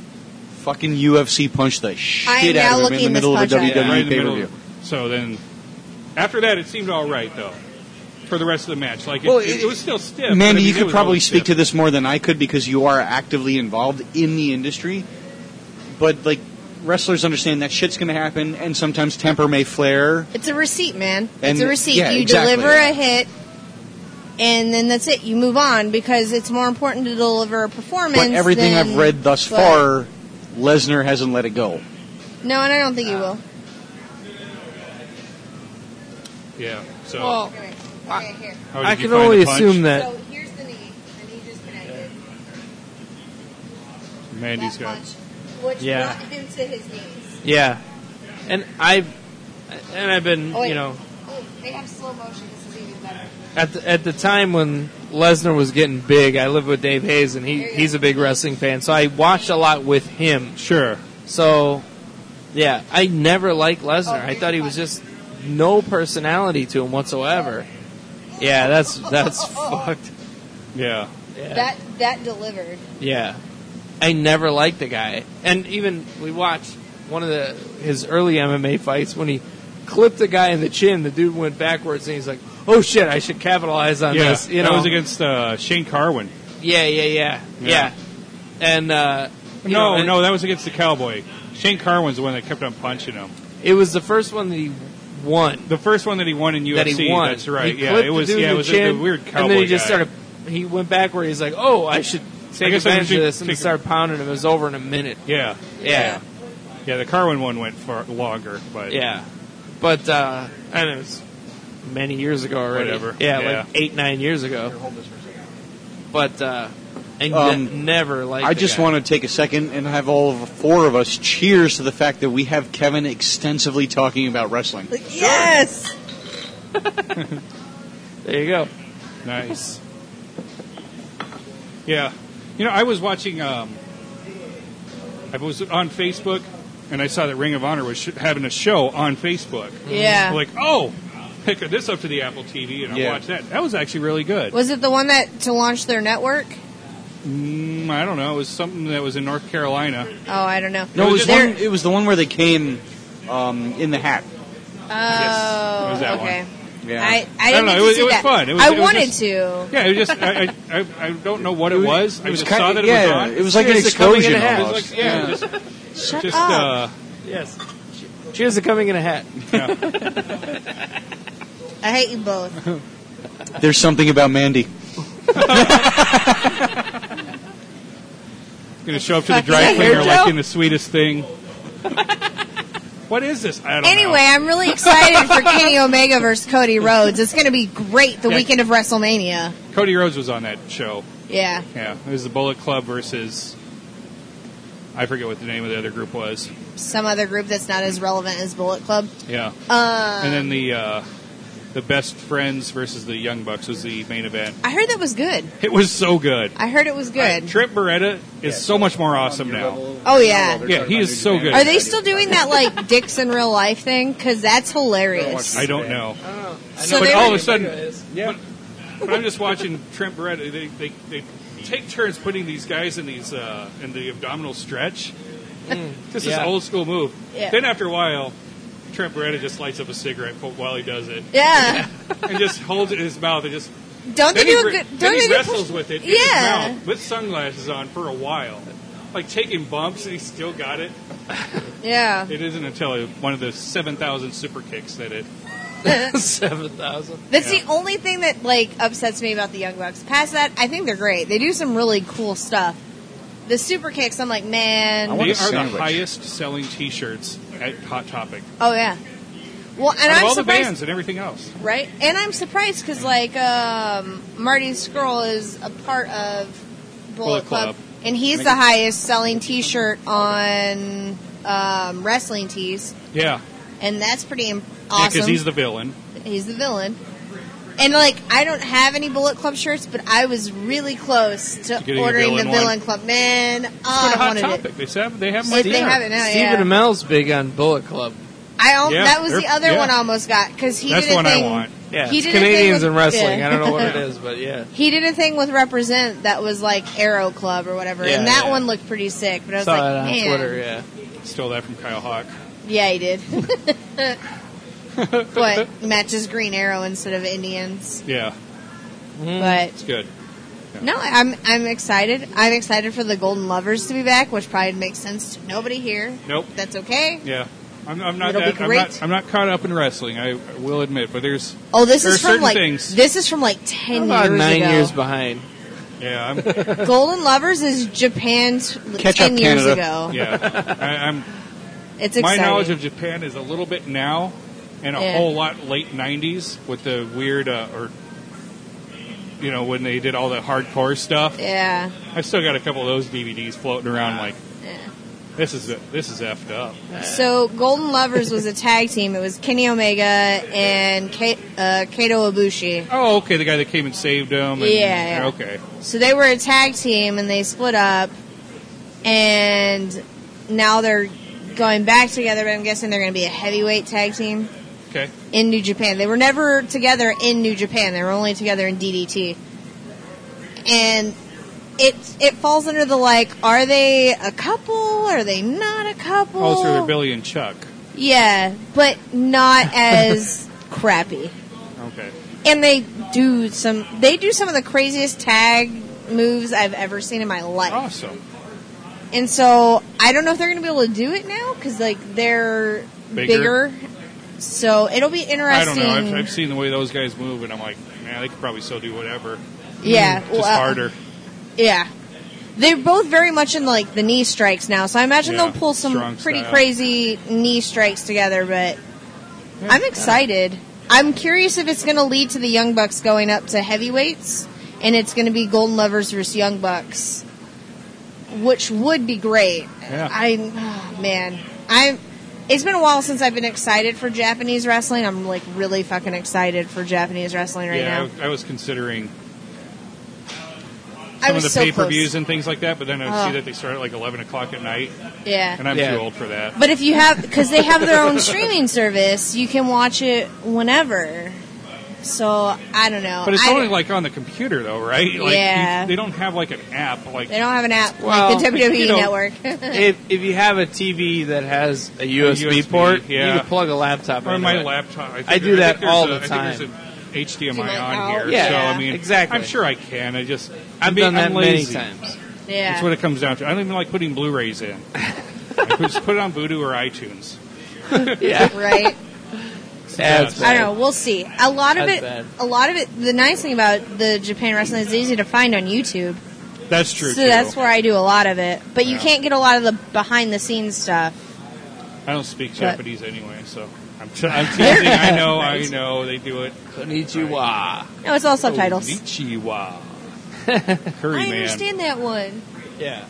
Fucking UFC punched the shit now out of him in looking the E this middle of a punch up. WWE Yeah, right in the pay per middle. view. So then, after that, it seemed all right though for the rest of the match. Like it, Well, it, it- it was still stiff. but I Mandy, mean, you it could was probably always speak to stiff. this more than I could because you are actively involved in the industry. But like wrestlers understand that shit's going to happen, and sometimes temper may flare. it's a receipt, man. it's And- a receipt. yeah, you exactly. deliver a hit, and then that's it. You move on because it's more important to deliver a performance. But everything than- I've read thus but- far, Lesnar hasn't let it go. No, and I don't think he will. Yeah. So Well, Oh. Okay, here. how did I you can find only the punch? assume that here's the knee. The knee just connected. Mandy's got. which Yeah. brought him to his knees. Yeah, and I've and I've been Oh, wait. you know Oh, they have slow motion. This is even better. at the, at the time when Lesnar was getting big, I lived with Dave Hayes, and he There you he's go. a big wrestling fan, so I watched a lot with him. Sure. So yeah, I never liked Lesnar. Oh, I thought he was just no personality to him whatsoever. Yeah, that's that's Oh. fucked. Yeah. Yeah. That that delivered. Yeah. I never liked the guy. And even we watched one of the his early MMA fights when he clipped a guy in the chin. The dude went backwards and he's like, "Oh shit, I should capitalize on yeah, this." You that know, was against uh, Shane Carwin. yeah, yeah, yeah, yeah, Yeah. And uh, you No, know, it- no, that was against the Cowboy. Shane Carwin's the one that kept on punching him. it was the first one that he won. The first one that he won in UFC. that he won. That's right. He yeah, clipped it was. The dude Yeah, in it the was chin, a, the weird cowboy And then he just guy. started. He went backward. He's like, "Oh, I should take guess I advantage should of this," and take- started pounding him. It was over in a minute. Yeah, Yeah, yeah. The Carwin one went far longer, but yeah. But uh, I know it was many years ago already. Whatever. Yeah, Yeah. like eight, nine years ago. But uh, and Um, ne- never like. I just want to take a second and have all of four of us cheers to the fact that we have Kevin extensively talking about wrestling. Like, yes. There you go. nice. Yeah, you know, I was watching. Um, I was on Facebook, and I saw that Ring of Honor was sh- having a show on Facebook. Yeah. I'm like, oh, pick this up to the Apple TV, and I'll Yeah. watch that. That was actually really good. Was it the one that to launch their network? Mm, I don't know. It was something that was in North Carolina. Oh, I don't know. No, it was They're- one, it was the one where they came um, in the hat. Oh, It was that okay. Yeah. I, I I don't didn't know, it get to was- see it was that. fun. It was- I it was wanted just- to. Yeah, it was just I, I, I, I don't know what it was. I just saw that it yeah, was on. was like an Cheers to coming in explosion a It hat. was almost. like, yeah, just, Shut just up. uh, Yes. Cheers to coming in a hat. I hate you both. There's something about Mandy. gonna show up to the dry Fucking cleaner hairdo. like in the sweetest thing. what is this? I don't Anyway, know. I'm really excited for Kenny Omega versus Cody Rhodes. It's going to be great the Yeah. weekend of WrestleMania. Cody Rhodes was on that show. Yeah. Yeah, it was the Bullet Club versus. I forget what the name of the other group was. Some other group that's not as relevant as Bullet Club. Yeah, Uh, and then the uh, the Best Friends versus the Young Bucks was the main event. I heard that was good. It was so good. I heard it was good. Trip Beretta is so much more awesome now. Oh, yeah. Yeah, he is so good. Are they still doing that, like, dicks in real life thing? Because that's hilarious. I don't know. So but they all were- of a sudden, but I'm just watching Trent Beretta. They, they, they take turns putting these guys in these uh, in the abdominal stretch. Just this yeah. old school move. Mm. Yeah. Then after a while, Trent Beretta just lights up a cigarette for- while he does it, Yeah. and just holds it in his mouth and just. Don't they then he, do a re- good. then Don't he they do wrestles with it in Yeah. his mouth with sunglasses on for a while, like taking bumps, and he still got it. Yeah. It isn't until one of the seven thousand super kicks that it. Seven thousand. That's the only thing that like upsets me about the Young Bucks. Past that, I think they're great. They do some really cool stuff. The super kicks, I'm like, I man, want They a are the sandwich. highest selling T-shirts at Hot Topic. oh yeah. Well, and Out of I'm all the surprised, bands and everything else. right? And I'm surprised because like um, Marty Skrull is a part of Bullet, Bullet Club, Club. and he's the highest selling T-shirt on um, wrestling tees, Yeah, and that's pretty im- because awesome. he's the villain. He's the villain. And like I don't have any Bullet Club shirts, but I was really close to Getting a ordering villain the one. Villain Club. Man, oh, Go to I Hot wanted Topic. it. They have they have They- my they dinner. have it now. Stephen yeah. Amell's big on Bullet Club. I al- Yeah, that was the they're- other yeah. one I almost got because he That's did a the one I thing. want. Yeah, he it's did a thing Canadians with- in wrestling. yeah. I don't know what it is, but yeah. He did a thing with Represent that was like Arrow Club or whatever, Yeah, and that yeah. one looked pretty sick. But I was Saw like, that on man, Twitter. Yeah. Stole that from Kyle Hawk. yeah, he did. but matches Green Arrow instead of Indians. Yeah, But it's good. No, I'm I'm excited. I'm excited for the Golden Lovers to be back, which probably makes sense to nobody here. Nope. That's okay. Yeah, I'm, I'm not It'll be that. I'm not, great. I'm not caught up in wrestling. I I will admit, but there's Oh, this There is are from certain like things. this is from like ten About years nine ago. years behind. yeah, I'm, Golden Lovers is Japan's Catch ten up, years Canada. ago. yeah. I, I'm It's my exciting. knowledge of Japan is a little bit now, and a Yeah. whole lot late '90s with the weird uh, or you know when they did all the hardcore stuff. yeah, I've still got a couple of those DVDs floating around. Like this is this is effed up. so Golden Lovers was a tag team. It was Kenny Omega and Ka- uh, Kato Ibushi. Oh, okay, the guy that came and saved him. And, Yeah, yeah. Okay. So they were a tag team and they split up, and now they're going back together. But I'm guessing they're going to be a heavyweight tag team Okay. in New Japan. They were never together in New Japan. They were only together in DDT. And it it falls under the like, are they a couple? Are they not a couple? Oh, so they're Billy and Chuck. Yeah, but not as crappy. Okay. And they do some they do some of the craziest tag moves I've ever seen in my life. Awesome. And so I don't know if they're going to be able to do it now because like they're Bigger. bigger. So it'll be I interesting. don't know. I've, I've seen the way those guys move, and I'm like, man, they could probably still do whatever. Hmm, yeah, Just well, uh, harder. Yeah, they're both very much in like the knee strikes now. So I imagine Yeah, they'll pull some strong pretty style. crazy knee strikes together. But I'm excited. I'm curious if it's going to lead to the Young Bucks going up to heavyweights, and it's going to be Golden Lovers versus Young Bucks, which would be great. Yeah. I oh, man, I'm. It's been a while since I've been excited for Japanese wrestling. I'm like really fucking excited for Japanese wrestling right yeah, now. I, I was considering I some of was the so pay per views close. and things like that, but then I would Oh. see that they start at like 11 o'clock at night, Yeah. and I'm Yeah. too old for that. But if you have, because they have their own streaming service, you can watch it whenever. So I don't know. But it's I- only like on the computer, though, right? Like, Yeah. You, they don't have like an app. Like, they don't have an app Well, like the WWE you know- network. if if you have a TV that has a USB, USB, port, yeah. you can plug a laptop or into my it. laptop. I, think, I do that think there's all a- the I think there's an HDMI Like, on oh, here. yeah. so, I Yeah, mean, exactly. I'm sure I can. I just I've I'm being, done that I'm many lazy. times. yeah. That's what it comes down to. I don't even like putting Blu-rays in. I just put it on Voodoo or iTunes. Yeah, right. that's I don't know. We'll see. A lot of That's it. bad. A lot of it. The nice thing about the Japan wrestling is it's easy to find on YouTube. That's true. so too. that's where I do a lot of it. But you Yeah. can't get a lot of the behind the scenes stuff. I don't speak But- Japanese anyway, so I'm, t- I'm teasing. I know, I know, they do it. Konnichiwa. No, it's all subtitles. Konnichiwa. I Curry Oh, man. understand that one. Yeah.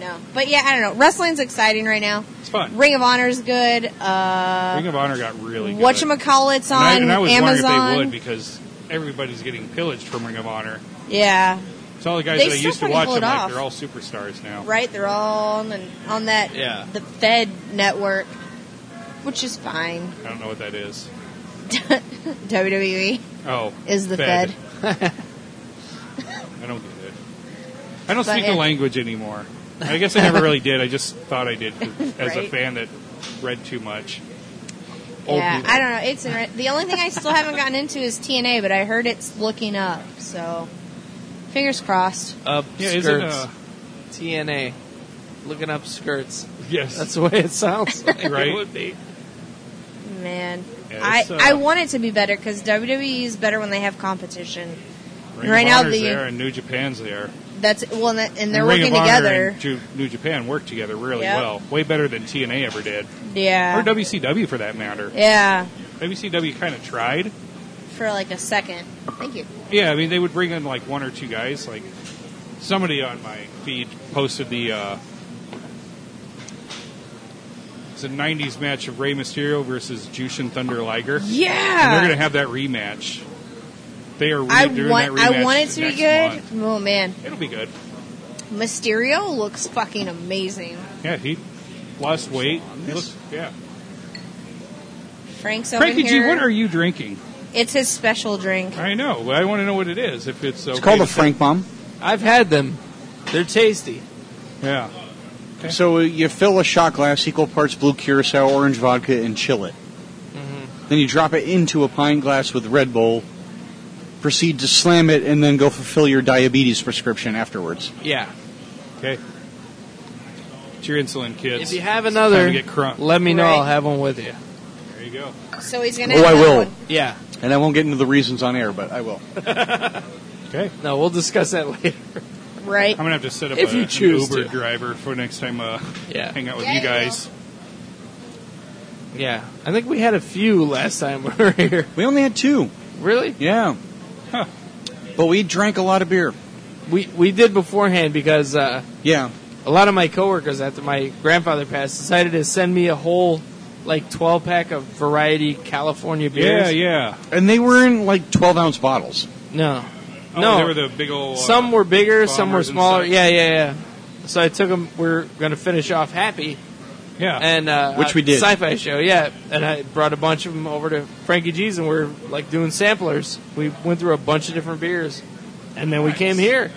No, but yeah, I don't know. Wrestling's exciting right now. It's fun. Ring of Honor's good. Uh, Ring of Honor got really good. whatchamacallit's on and I, and I was Amazon. wondering if they would because everybody's getting pillaged from Ring of Honor. yeah, It's all the guys They that I still used to fucking watch. pull I'm it like, off. they're all superstars now. right. They're all on, and on that Yeah. the Fed network, which is fine. I don't know what that is. WWE Oh, is the Fed. Fed. I don't get it. I don't But speak it- the language anymore. I guess I never really did. I just thought I did 'cause- as a Right. fan that read too much. Old Yeah, people. I don't know. It's inter- the only thing I still haven't gotten into is TNA, but I heard it's looking up. So fingers crossed. Up Yeah, is skirts. it? Uh, TNA. Looking up skirts. yes. That's the way it sounds. Like Right. It would be. Man, Yeah, I it's, uh, I want it to be better because WWE E is better when they have competition. Ring right of now Honor's the- there and New Japan's there. That's well, and that- and they're And Ring working of Honor together. and Ju- New Japan work together really Yep. well, way better than TNA ever did, yeah, or WCW for that matter. yeah, WCW kind of tried. for like a second. Thank you. Yeah, I mean they would bring in like one or two guys. Like somebody on my feed posted the uh, it's a '90s match of Rey Mysterio versus Jushin Thunder Liger. And Yeah, they're going to have that rematch. They are I redoing that want rematch. I want it to be next good. month. Oh man, It'll be good. Mysterio looks fucking amazing. Yeah, he lost weight. He looks, yeah. Frank's over Frankie G, here. what are you drinking? it's his special drink. I know. but I want to know what it is. If it's, It's okay called to a Frank Bomb. I've had them. They're tasty. say- Yeah. So uh, you fill a shot glass equal parts blue curacao, orange vodka, and chill it. Mm-hmm. Then you drop it into a pint glass with Red Bull. Proceed to slam it and then go fulfill your diabetes prescription afterwards. Yeah. Okay. It's your insulin, kids. if you have It's another, time to get crunk. let me know. Right. I'll have one with you. there you go. So he's gonna. Oh, have I another will. one. Yeah. And I won't get into the reasons on air, but I will. Okay. No, we'll discuss that later. right? I'm gonna have to set up If a, you choose an Uber to. driver for next time. Uh, Yeah. hang out with Yeah, you you will. guys. Yeah. I think we had a few last time we were here. We only had two. Really? Yeah. Huh. But we drank a lot of beer. We we did beforehand because uh, Yeah. a lot of my coworkers after my grandfather passed decided to send me a whole like 12 pack of variety California Yeah, beers. yeah. And they were in like 12 ounce bottles. No. Oh, no. they were the big old. uh, some were bigger, some were bombers and smaller. stuff. Yeah, yeah, yeah. So I took them. We're gonna finish off happy, yeah. and uh, Which we uh, did. Sci-fi show, yeah. And I brought a bunch of them over to Frankie G's, and we're like doing samplers. We went through a bunch of different beers, and then we came here.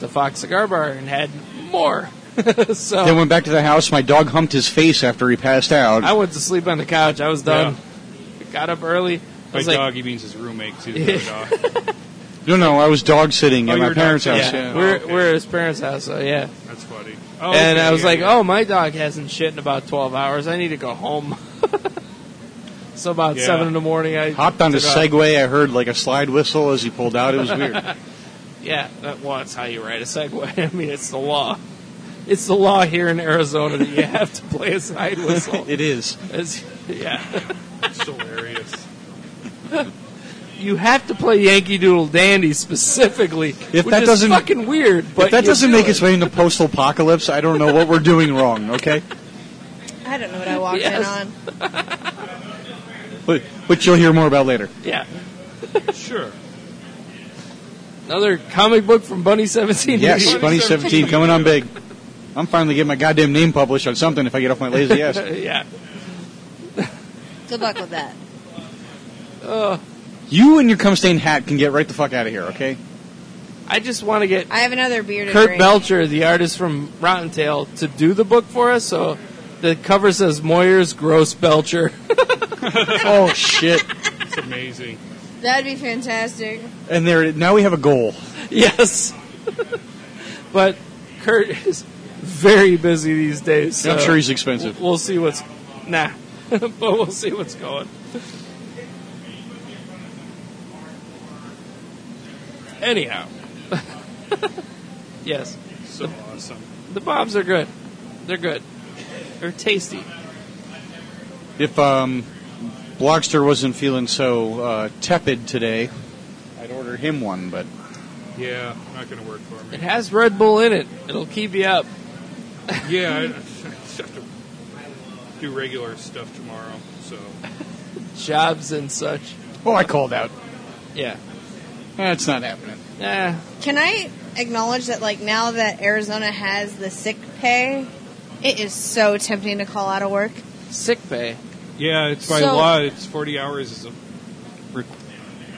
the Fox Cigar Bar and had more. Oh. so Then went back to the house. My dog humped his face after he passed out. I went to sleep on the couch. I was done. Got up early. I By was like, dog, he means his roommate. 'cause He's another dog. no, no, I was dog sitting Oh, at you my were dog parents' sitting. house. yeah, Yeah. yeah. Oh, we're, Okay. we're at his parents' house, so yeah. That's funny. Oh, and okay, I was yeah, like, yeah. oh, my dog hasn't shit in about 12 hours. I need to go home. so about Yeah. 7 in the morning, I Hopped on the took off. Segway. I heard like a slide whistle as he pulled out. It was weird. Yeah, that, well, that's how you ride a Segway. I mean, it's the law. It's the law here in Arizona that you have to play a side whistle. it is. It's- yeah. It's hilarious. You have to play Yankee Doodle Dandy specifically. If which that is doesn't- fucking weird, but if that you doesn't do make it. its way into postal apocalypse, I don't know what we're doing wrong. Okay, I don't know what I walked in Yes. on. but, but you'll hear more about later. yeah, Sure. another comic book from Bunny Seventeen. Yes, Bunny Bunny Seventeen 17. coming on big. I'm finally getting my goddamn name published on something if I get off my lazy ass. yeah. Good luck with that. You and your cum stained hat can get right the fuck out of here, okay? I just want to get I have another beard. Kurt drink. Belcher, the artist from Rotten Tail, to do the book for us. So the cover says Moyer's Gross Belcher. oh shit! It's amazing. That'd be fantastic. And there, now we have a goal. yes, but Kurt is very busy these days. So I'm sure he's expensive. We'll see what's nah, but we'll see what's going. Anyhow, yes, So awesome. the bobs are good. They're good. They're tasty. If um, Blogster wasn't feeling so uh, tepid today, I'd order him one. But Yeah, not going to work for It me. has Red Bull in it. It'll keep you up. Yeah, I, I just have to do regular stuff tomorrow. So Jobs and such. oh, I called out. Yeah. That's Eh, not happening. Nah. Can I acknowledge that, like, now that Arizona has the sick pay, it is so tempting to call out of work. Sick pay. yeah, it's by So- law. It's forty hours. Is a, re-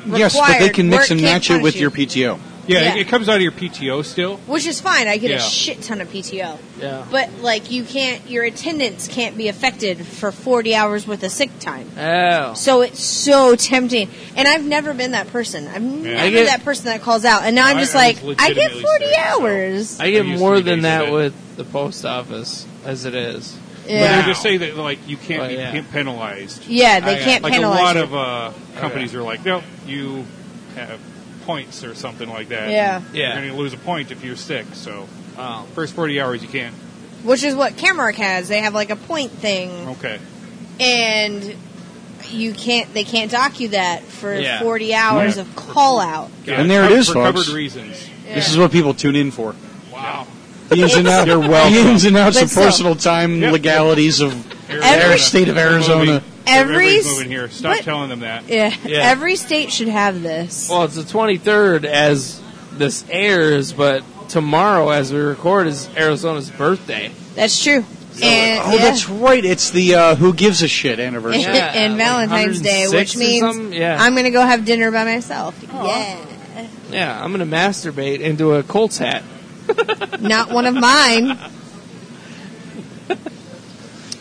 Yes, but they Required. can mix Work and can't match it with punish your you. PTO. yeah, Yeah. It, it comes out of your PTO still. Which is fine. I get a Yeah. shit ton of PTO. Yeah. But, like, you can't, your attendance can't be affected for 40 hours worth of sick time. Oh. So it's so tempting. And I've never been that person. I've never I get- that person that calls out. And now I'm I- just I like, was I get legitimately 40 sick, so- hours. I get I use more three than days that of it. with the post office as it is. But yeah. they just say that like you can't Oh, be yeah. pen- penalized. Yeah, they I- can't uh, Like penalize. a lot you. of uh, companies are like, nope, you have points or something like that. Yeah. Yeah. You're going to lose a point if you're sick. So Oh. first forty hours you can't. which is what Camerock has. They have like a point thing, Okay. Oh. and you can't. They can't dock you that for Yeah. forty hours Yeah. of call out. Yeah, And there it for- is, for folks. covered reasons. This is what people tune in for. Wow. The ins and outs, the ins and outs But of still- personal time Yep. legalities of Every- the state of Arizona. Every Everybody's moving here. Stop but- telling them that. Yeah. Yeah. every state should have this. Well, it's the 23rd as this airs, but tomorrow as we record is Arizona's birthday. that's true. And, Oh, yeah. that's right. It's the uh, who gives a shit anniversary. and, and like Valentine's Day, 106 which or something? means Yeah. I'm gonna go have dinner by myself. Yeah, Yeah, I'm going to masturbate into a Colts hat. not one of mine.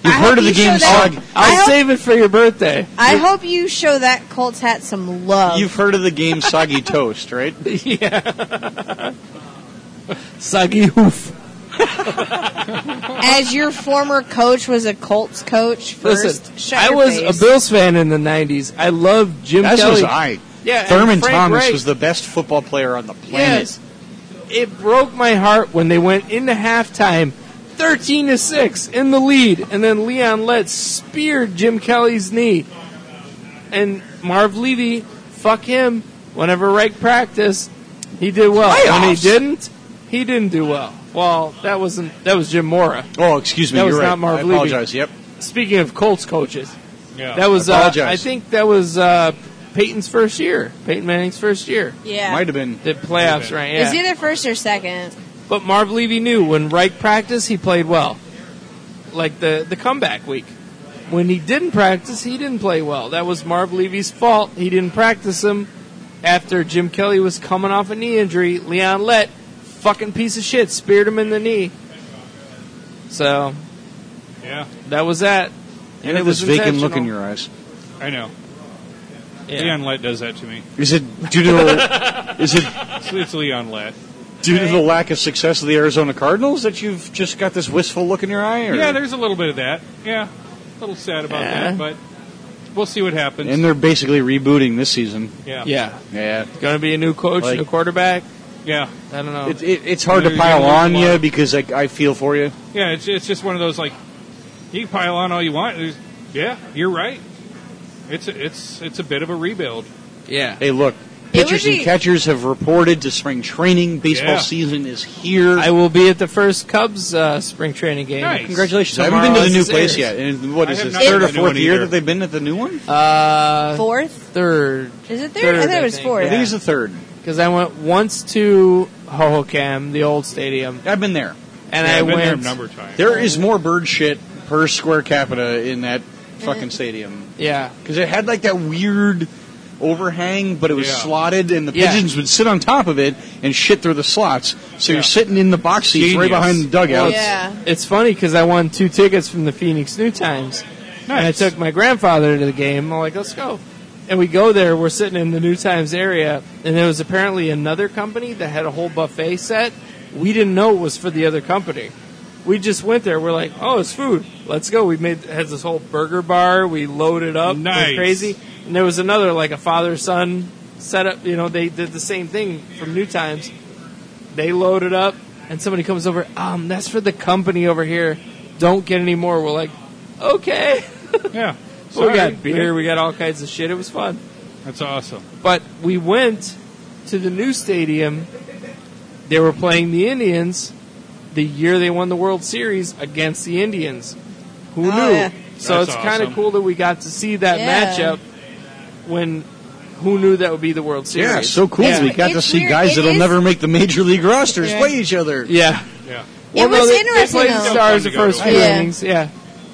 You've I heard hope of the you show game that- Slug. I I'll hope- save it for your birthday. I hope you show that Colts hat some love. You've heard of the game Soggy Toast, right? Soggy hoof. As your former coach was a Colts coach first. Listen, shut I your was face. a Bills fan in the 90s. I loved Jim As Kelly. was I. Yeah, and Thurman Frank Thomas Reich. was the best football player on the planet. Yes. It broke my heart when they went into halftime 13 to 6 in the lead and then Leon Lett speared Jim Kelly's knee. And Marv Levy, fuck him, whenever Reich practiced, he did well. When he Playoffs. didn't, he didn't do well. Well, that wasn't that was Jim Mora. Oh, excuse me. That you're was right. not Marv I Levy. apologize. Yep. Speaking of Colts coaches, Yeah. that was I uh, apologize. I think that was uh, Peyton's first year, Peyton Manning's first year. Yeah. Might have been. The playoffs, right? Yeah. It's either first or second. But Marv Levy knew when Reich practiced, he played well. Like the, the comeback week. When he didn't practice, he didn't play well. That was Marv Levy's fault. He didn't practice him after Jim Kelly was coming off a knee injury. Leon Lett fucking piece of shit speared him in the knee. So Yeah, that was that. You have this vacant look in intentional. your eyes. I know. Yeah. Leon Lett does that to me. Is it due to the, is it It's, it's Leon Lett. due to the lack of success of the Arizona Cardinals that you've just got this wistful look in your eye? Or? Yeah, there's a little bit of that. Yeah, a little sad about Yeah. that, but we'll see what happens. and they're basically rebooting this season. yeah, Yeah, Yeah, gonna be a new coach, Like- new quarterback. yeah, I don't know. it, it, it's hard to You're pile gonna lose on a lot. you because I, I feel for you. yeah. It's it's just one of those like you can pile on all you want. There's- yeah, you're right. It's a, it's it's a bit of a rebuild. yeah, Hey, look, It would pitchers be- and catchers have reported to spring training. Baseball Yeah. season is here. I will be at the first Cubs uh, spring training game. Nice. Congratulations! I Tomorrow haven't been to the is new the place series. yet. And what I is have this? not Third or been to fourth one year either. that they've been at the new one? Uh, Fourth? third, Is it third? I Third, thought I it was think, fourth. I yeah. think it's the third. because I went once to Hohokam, the old stadium, I've been there. and Yeah, I I've been there a went. number of times. There is more bird shit per square capita in that Mm-hmm. fucking stadium. Yeah, because it had like that weird overhang, but it was Yeah. slotted, and the Yeah. pigeons would sit on top of it and shit through the slots. So Yeah. you're sitting in the box seats right Genius. behind the dugout. Yeah. it's funny because I won two tickets from the Phoenix New Times. And I Nice. took my grandfather to the game. I'm like, let's go. And we go there. We're sitting in the New Times area, and there was apparently another company that had a whole buffet set. We didn't know it was for the other company. We just went there. We're like, oh, it's food. Let's go. We made has this whole burger bar. We loaded up. It was Nice. crazy. And there was another like a father son setup. You know, they did the same thing from New Times. They load it up, and somebody comes over. Um, that's for the company over here. Don't get any more. We're like, okay. yeah. Well, we Sorry. got Oh, beer, we got all kinds of shit. It was fun. That's awesome. But we went to the new stadium. They were playing the Indians the year they won the World Series against the Indians. Who Oh, knew? yeah. So That's it's kind awesome. of cool that we got to see that Yeah. matchup when who knew that would be the World Series. Yeah, so cool. Yeah. We got to It's see weird. guys It that'll is- never make the major league rosters Yeah. play each other. Yeah. Yeah. It Well, was no, they- interesting, They played the though. Stars Fun to the go first to. few Yeah. innings, yeah.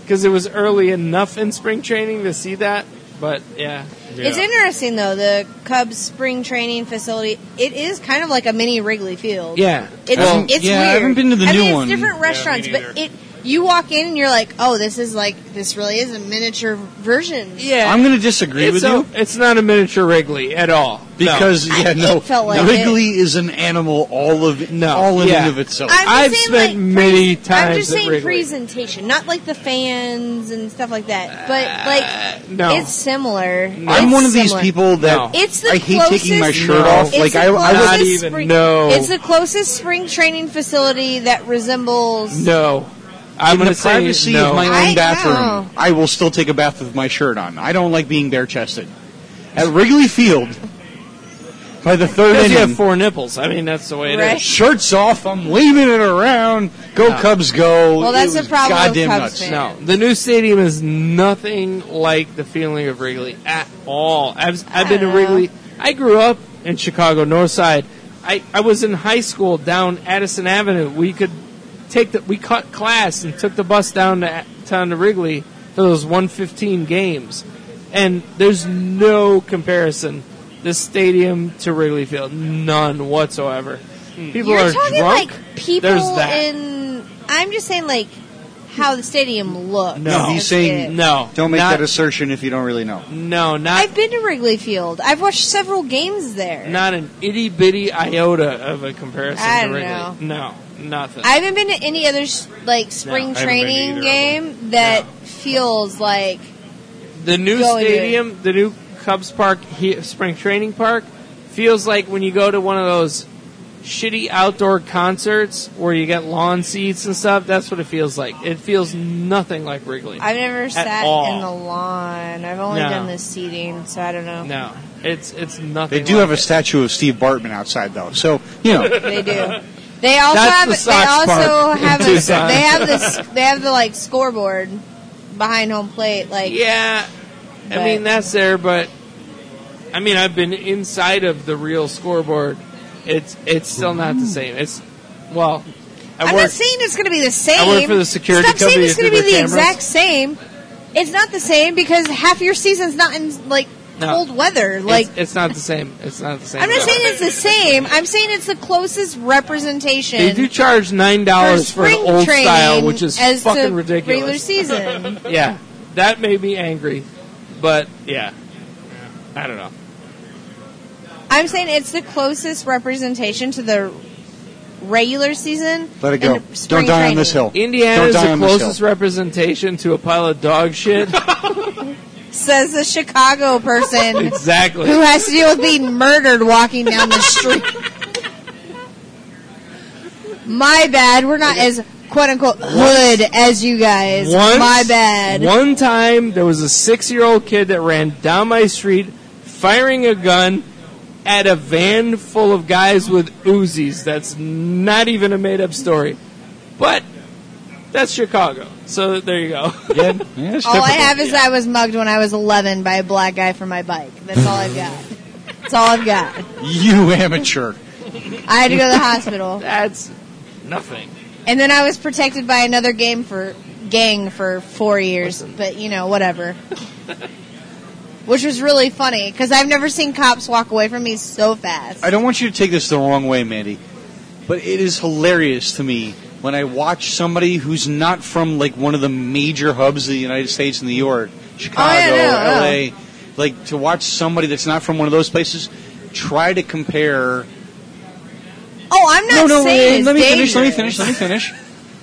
Because it was early enough in spring training to see that. But yeah, Yeah. It's interesting though the Cubs spring training facility. It is kind of like a mini Wrigley Field. yeah, it's Well, it's yeah, I weird. haven't been to the I new mean, one. It's different restaurants, me but neither. it you walk in and you're like, oh, this is like this really is a miniature version. yeah. I'm going to disagree it's with a- you It's not a miniature Wrigley at all. because I- yeah, it no, felt like Wrigley is an animal all of No. all in Yeah. and of itself. I'm just I've saying, spent like, many presen- times I'm just at saying Wrigley. presentation, not like the fans and stuff like that, but like no. it's similar. Uh, I'm It's one of these similar. people that No. It's the I hate taking my closest- shirt No. off. It's Like the I, I closest was Not even- spring- no. It's the closest spring training facility that resembles. No, I'm in going the to say privacy no. of my I own bathroom, know. I will still take a bath with my shirt on. I don't like being bare chested. At Wrigley Field, by the third Because you inning, have four nipples. I mean, that's the way it is. Right. shirts off. I'm waving it around. Go Cubs, go! Well, It that's the was problem with Goddamn Cubs nuts. fans. No, the new stadium is nothing like the feeling of Wrigley at all. I've, I've been to Uh. Wrigley. I grew up in Chicago North Side. I, I was in high school down Addison Avenue. We could take the we cut class and took the bus down to town to Wrigley for those 115 games, and there's no comparison. This stadium to Wrigley Field, none whatsoever. People Hmm. You're are talking drunk. like people There's that. in. I'm just saying like how the stadium looks. No. He's That's it. saying- no, Don't make not, that assertion if you don't really know. No, not I've been to Wrigley Field. I've watched several games there. Not an itty bitty iota of a comparison I to don't Wrigley. No, nothing. I haven't been to any other s- like spring No, I haven't been to training either of game that feels like the new Going to- stadium, the new Cubs Park, he, spring training park, feels like when you go to one of those shitty outdoor concerts where you get lawn seats and stuff. That's what it feels like. It feels nothing like Wrigley. I've never sat all. in the lawn. I've only No. done the seating, so I don't know. no, it's it's nothing. They do like have a it. statue of Steve Bartman outside, though. So you know, They do. They also That's have. the they Sox also part in have. A, Tucson. they have this. They have the like scoreboard behind home plate. Like Yeah, But- I mean that's there, but I mean I've been inside of the real scoreboard. It's it's still not the same. It's well, I I'm not work. saying it's going to be the same. I work for the security Stop saying company it's that going to did be the their cameras. exact same. It's not the same because half your season's not in like No. cold weather. Like it's, it's not the same. It's not the same. I'm not saying it's the same. I'm saying it's the closest representation. they do charge nine for dollars for, an spring old training style, which is as fucking to regular ridiculous. season. Yeah, that made me angry. But yeah, I don't know. I'm saying it's the closest representation to the regular season. Let it go. and Don't spring die on this hill. training. Indiana's Don't die the on this hill. closest representation to a pile of dog shit. Says the Chicago person who exactly. has to deal with being murdered walking down the street. My bad. We're not as quote unquote hood as you guys. Once- My bad. One time there was a six-year-old kid that ran down my street firing a gun at a van full of guys with Uzis. That's not even a made-up story, but that's Chicago. So there you go. Yeah, yeah, it's All I typical. have is I was mugged when I was 11 by a black guy for my bike. That's all I've got. That's all I've got. You amateur. I had to go to the hospital, That's nothing. and then I was protected by another game for gang for four years. But you know, whatever. Which was really funny because I've never seen cops walk away from me so fast. I don't want you to take this the wrong way, Mandy, but it is hilarious to me when I watch somebody who's not from like one of the major hubs of the United States in New York, Chicago, no, Oh, no. LA, like to watch somebody that's not from one of those places try to compare oh, I'm not no, no, saying wait, it's let me finish, let me dangerous. finish, let me finish.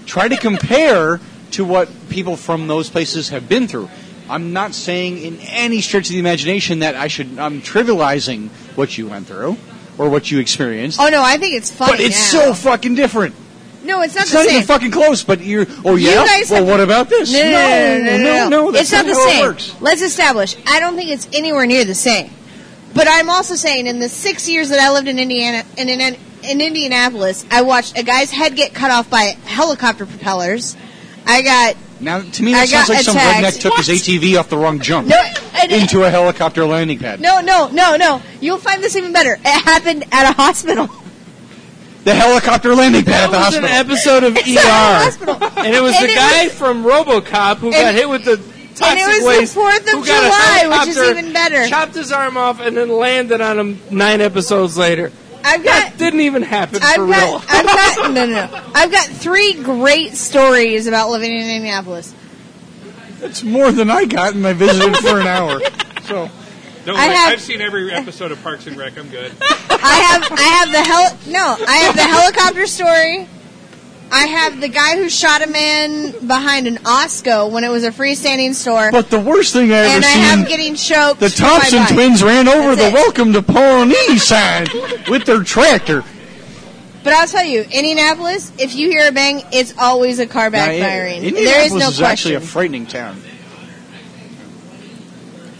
Try to compare to what people from those places have been through. I'm not saying in any stretch of the imagination that I should I'm trivializing what you went through or what you experienced. Oh no, I think it's funny. But it's now. so fucking different. no, it's not It's the not same. even fucking close. But you're. Oh yeah. guys well, have- what about this? No, no, no, no, no, no. it's that's not, the how same. It works. Let's establish. I don't think it's anywhere near the same. But I'm also saying, in the six years that I lived in Indiana, in, in, in Indianapolis, I watched a guy's head get cut off by helicopter propellers. I got Now, to me, I that sounds got like some attacked. redneck took his What? ATV off the wrong jump no, and- into a helicopter landing pad. no, no, no, no. You'll find this even better. It happened at a hospital. The helicopter landing pad That at was the an hospital. episode of E It's at a ER. hospital. And it was And the it guy was- from RoboCop who got and- hit with the toxic was the waste. 4th of who got a July, which is helicopter, even better. Chopped his arm off and then landed on him nine episodes later. I've got That didn't even happen for I've real. got, I've got no, no, no. I've got three great stories about living in Indianapolis. It's more than I got in my visit for an hour. So Don't I worry, have- I've seen every episode of Parks and Rec. I'm good. I have I have the hel no, I have the helicopter story. I have the guy who shot a man behind an Osco when it was a freestanding store. But the worst thing I ever and I seen. have getting choked. the with my Thompson bike. twins ran over That's the it. "Welcome to Pawnee" sign with their tractor. But I'll tell you, Indianapolis, if you hear a bang, it's always a car Now, backfiring. there is Indianapolis no is actually question. a frightening town.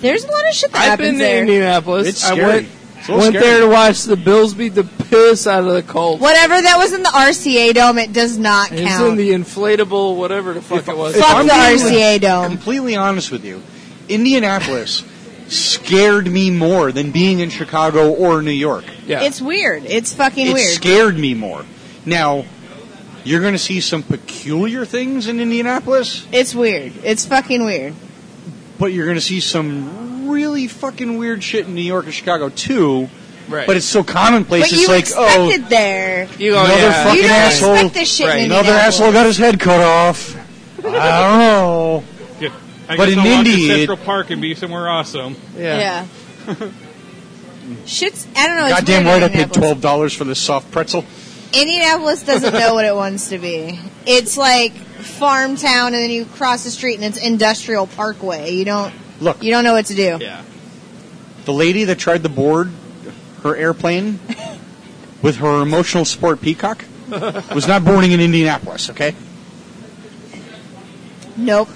There's a lot of shit that I've happens been to there. Indianapolis. It's I scary. went, It's a little went scary. there to watch the Bills beat the piss out of the Colts. Whatever that was in the RCA dome, it does not It's count. in the inflatable whatever the fuck it was. if Fuck I'm the being RCA dome. completely honest with you, Indianapolis scared me more than being in Chicago or New York. Yeah. It's weird. It's fucking it weird. scared me more. Now, you're going to see some peculiar things in Indianapolis, It's weird. It's fucking weird. but you're going to see some really fucking weird shit in New York and Chicago too. right. But it's so commonplace. but it's you like, oh, expected there. you go, another yeah. fucking You don't asshole. expect this shit. Right. In another Indianapolis. asshole got his head cut off. I don't know. Yeah. I But guess in I'll walk to Indy, it- Central Park and be somewhere awesome. yeah. Yeah. Shit's. I don't know. it's Goddamn weird in right, I paid Indianapolis. twelve dollars for this soft pretzel. Indianapolis doesn't know what it wants to be. It's like farm town, and then you cross the street, and it's industrial parkway. You don't. Look. You don't know what to do. Yeah. The lady that tried to board her airplane with her emotional support peacock was not boarding in Indianapolis, okay? Nope.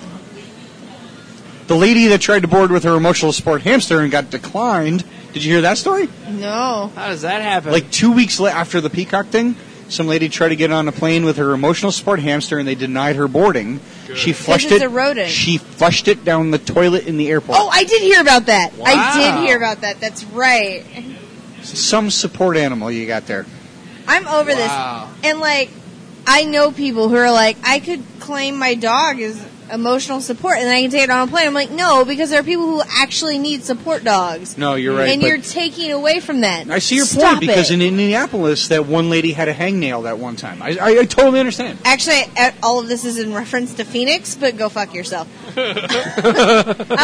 The lady that tried to board with her emotional support hamster and got declined. Did you hear that story? No. How does that happen? Like two weeks la- after the peacock thing, some lady tried to get on a plane with her emotional support hamster and they denied her boarding. She flushed it's it. a rodent. She flushed it down the toilet in the airport. Oh, I did hear about that. I Wow. did hear about that. That's right. Some support animal you got there. I'm over Wow. this. And like, I know people who are like, I could claim my dog as emotional support, and then I can take it on a plane. I'm like, no, because there are people who actually need support dogs. No, you're right, And but- you're taking away from that. I see your Stop point because it. in Indianapolis, that one lady had a hangnail that one time. I, I, I totally understand. Actually, a- all of this is in reference to Phoenix, but go fuck yourself. I'm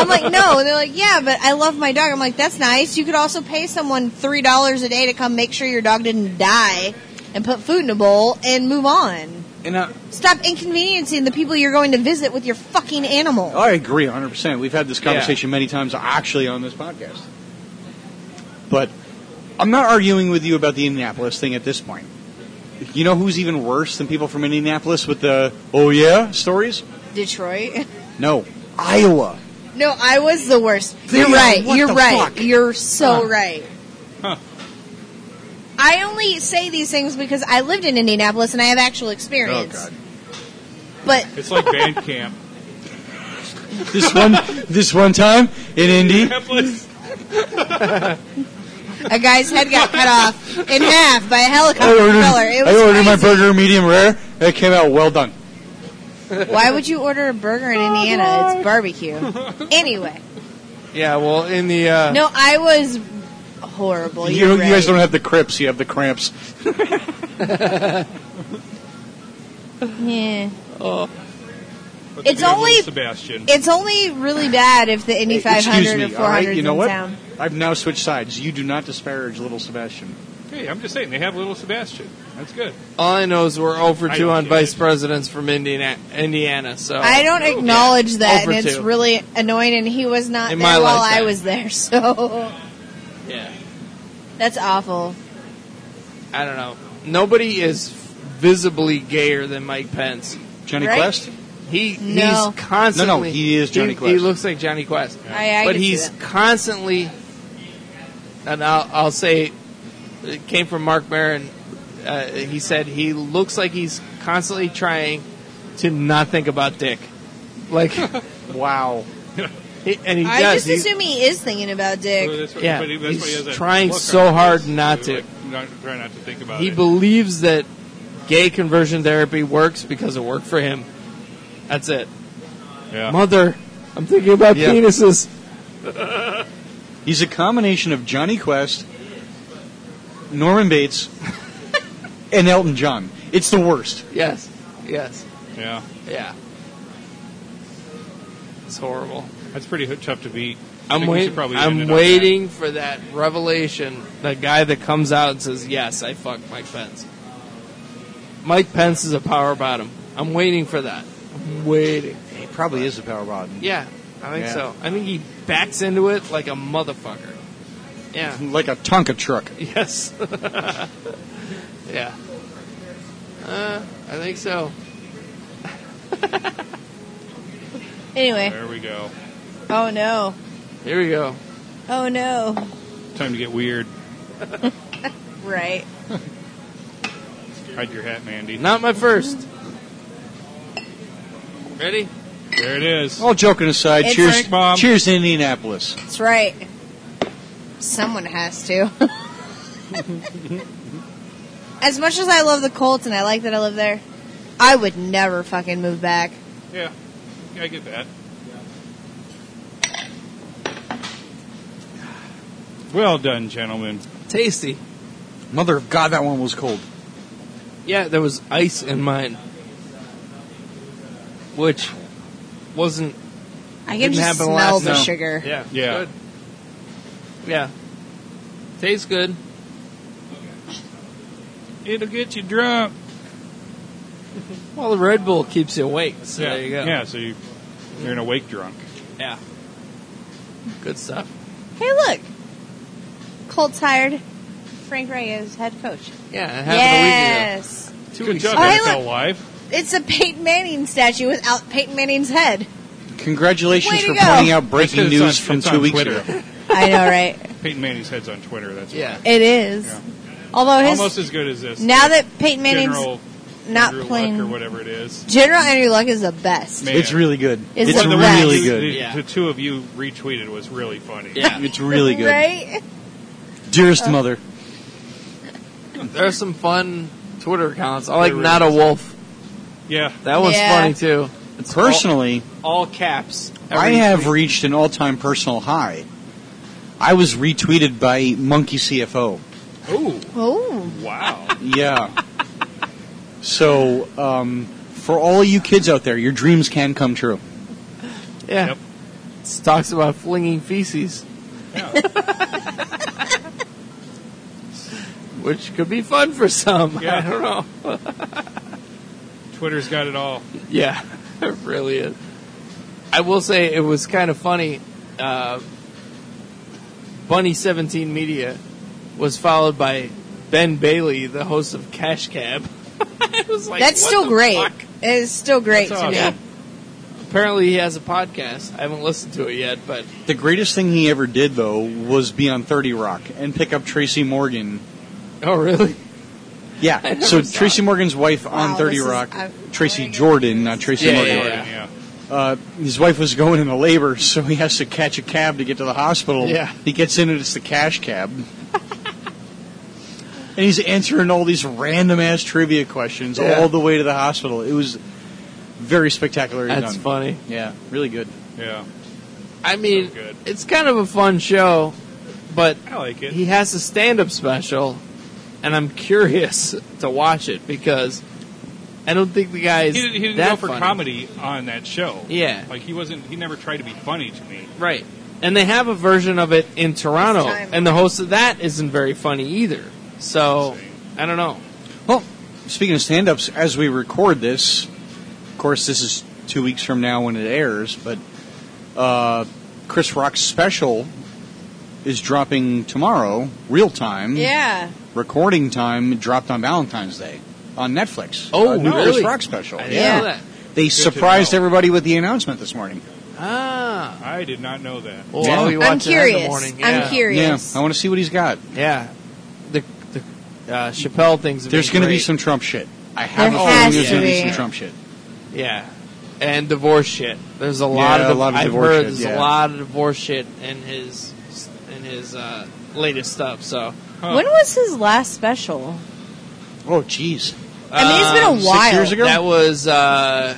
like, no. And they're like, yeah, but I love my dog. I'm like, that's nice. You could also pay someone $3 a day to come make sure your dog didn't die and put food in a bowl and move on. And I, Stop inconveniencing the people you're going to visit with your fucking animal. I agree 100. percent We've had this conversation many times, actually, on this podcast. But I'm not arguing with you about the Indianapolis thing at this point. You know who's even worse than people from Indianapolis with the "oh yeah" stories? Detroit. No, Iowa. No, I was the worst. Damn, you're right. what You're the right. fuck? You're so Huh. right. Huh. I only say these things because I lived in Indianapolis and I have actual Oh, experience. But It's like band camp. This one, this one time in Indy, Indianapolis. a guy's head got cut off in half by a I helicopter ordered, propeller. It was I ordered my crazy. burger medium rare. It came out well done. Why would you order a burger in Oh, Indiana? It's barbecue. Anyway, Yeah, well, in the uh, no, I was horrible. You, You're you guys right. don't have the crips, you have the cramps. Yeah. Let's It's do a little only- Sebastian. It's only really bad if the Indy Hey, excuse 500 me, or 400 all right, you know in what? town. I've now switched sides. You do not disparage little Sebastian. hey, I'm just saying they have little Sebastian. That's good. all I know is we're over I two don't on get vice it. presidents from Indiana, Indiana. So I don't acknowledge that, Oh, Over and it's two. really annoying. And he was not In there my while lifetime. I was there, so yeah, that's awful. I don't know. Nobody is visibly gayer than Mike Pence. Johnny Right? Quest? He No. he's constantly No, no, he is Johnny he, Quest. He looks like Johnny Quest, I, I but can see he's that. constantly. And I'll, I'll say, it came from Mark Maron. Uh, he said he looks like he's constantly trying to not think about dick. Like, wow. He, and he I does. just He's- assume he is thinking about Well, Dick. that's what- Yeah, but he- that's he's why he has that trying look so on his hard face. not He's to. like, not, try not to think about he it. believes that gay conversion therapy works because it worked for him. That's it. yeah. Mother, I'm thinking about Yeah. penises. He's a combination of Johnny Quest, Norman Bates, and Elton John. It's the worst. Yes, yes, yeah. yeah. It's horrible. That's pretty h- tough to beat. I I'm think we should waiting. probably end it I'm on that. waiting for that revelation. The guy that comes out and says, "Yes, I fucked Mike Pence." Mike Pence is a power bottom. I'm waiting for that. I'm waiting. It probably is a power rod. Yeah, I think Yeah. so. I think he backs into it like a motherfucker. Yeah. Like a Tonka truck. Yes. yeah. Uh, I think so. Anyway, There we go. oh no, Here we go. oh no, Time to get weird. right? Hide your hat, Mandy. Not my first. Ready? There it is. Oh. All joking aside, It's cheers, like- Mom. cheers to Indianapolis. That's right. Someone has to. as much as I love the Colts and I like that I live there, I would never fucking move back. Yeah. Yeah, I get that. Well done, gentlemen. Tasty. Mother of God, that one was cold. Yeah, there was ice in mine, which wasn't. I can Didn't just happen smell last the time. sugar. Yeah. Yeah. Good. Yeah. Tastes good. It'll get you drunk. Well, the Red Bull keeps you awake, so yeah. there you go. Yeah, so you, you're an awake drunk. Yeah. Good stuff. Hey, look. Colts hired Frank Reyes, head coach. Yeah, it happened Yes. a week ago. Two Good weeks job, ago. Oh, hey, NFL look. Live. It's a Peyton Manning statue without Peyton Manning's head. Congratulations Way to for go. pointing out It's breaking on- news it's from on two weeks Twitter. ago. I know, right? Peyton Manning's head's on Twitter. That's why. Yeah. It is. Yeah. Although his almost as good as this. now that Peyton Manning's General not Andrew Luck playing, or whatever it is. General Andrew Luck is the best. Man. It's really good. It's It's the best. really The- good. The, Yeah. the two of you retweeted was really funny. Yeah. It's really good. right? Dearest mother. There are some fun Twitter accounts. I like There Not a is. Wolf. Yeah. That one's Yeah. funny too. It's Personally, all, all caps. I every have tweet. reached an all-time personal high. I was retweeted by Monkey CFO. Ooh, Oh, wow. Yeah. so, um, for all you kids out there, your dreams can come true. Yeah. Yep. It talks about flinging feces. Which could be fun for some. Yeah. I don't know. Twitter's got it all. Yeah, it really is. I will say it was kind of funny. Uh, Bunny Seventeen Media was followed by Ben Bailey, the host of Cash Cab. It was like, that's what still the great. fuck? It is still great That's to me. Oh, Yeah. Apparently, he has a podcast. I haven't listened to it yet, but The greatest thing he ever did, though, was be on 30 Rock and pick up Tracy Morgan. oh, really? Yeah, so Tracy Morgan's wife on Wow, 30 this is- Rock, I- Tracy Jordan, not Tracy Yeah, Morgan. yeah, Yeah. Uh, his wife was going into labor, so he has to catch a cab to get to the hospital. Yeah. He gets in and it's the cash cab. and he's answering all these random ass trivia questions Yeah. all the way to the hospital. It was very spectacular. That's done. funny. Yeah, really good. Yeah. I mean, good. it's kind of a fun show, but I like it. he has a stand-up special, and I'm curious to watch it because I don't think the guy is He didn't, he didn't that go for funny. comedy on that show. Yeah. Like he wasn't. He never tried to be funny to me. right? And they have a version of it in Toronto, This time. and the host of that isn't very funny either. So I don't know. Well, speaking of stand ups, as we record this, of course, this is two weeks from now when it airs, but uh, Chris Rock's special is dropping tomorrow, real time. Yeah. recording time dropped on Valentine's Day on Netflix. Oh, uh, really? Chris Rock special. I didn't yeah, know that. they to surprised know. everybody with the announcement this morning. Ah, I did not know that. well, Yeah. I'll be watching I'm That in curious. the morning. I'm curious. Yeah, I want to see what he's got. Yeah, the the uh, Chappelle things. have There's been going to be great. some Trump shit. I have There a feeling has there's to going to be be. some Trump shit. Yeah, and divorce shit. There's a lot Yeah, of a lot of I've divorce heard shit, there's a yeah. lot of divorce shit in his in his uh, latest stuff. So Huh. When was his last special? Oh, jeez. I mean, it's um, been a six while. years ago? That was uh,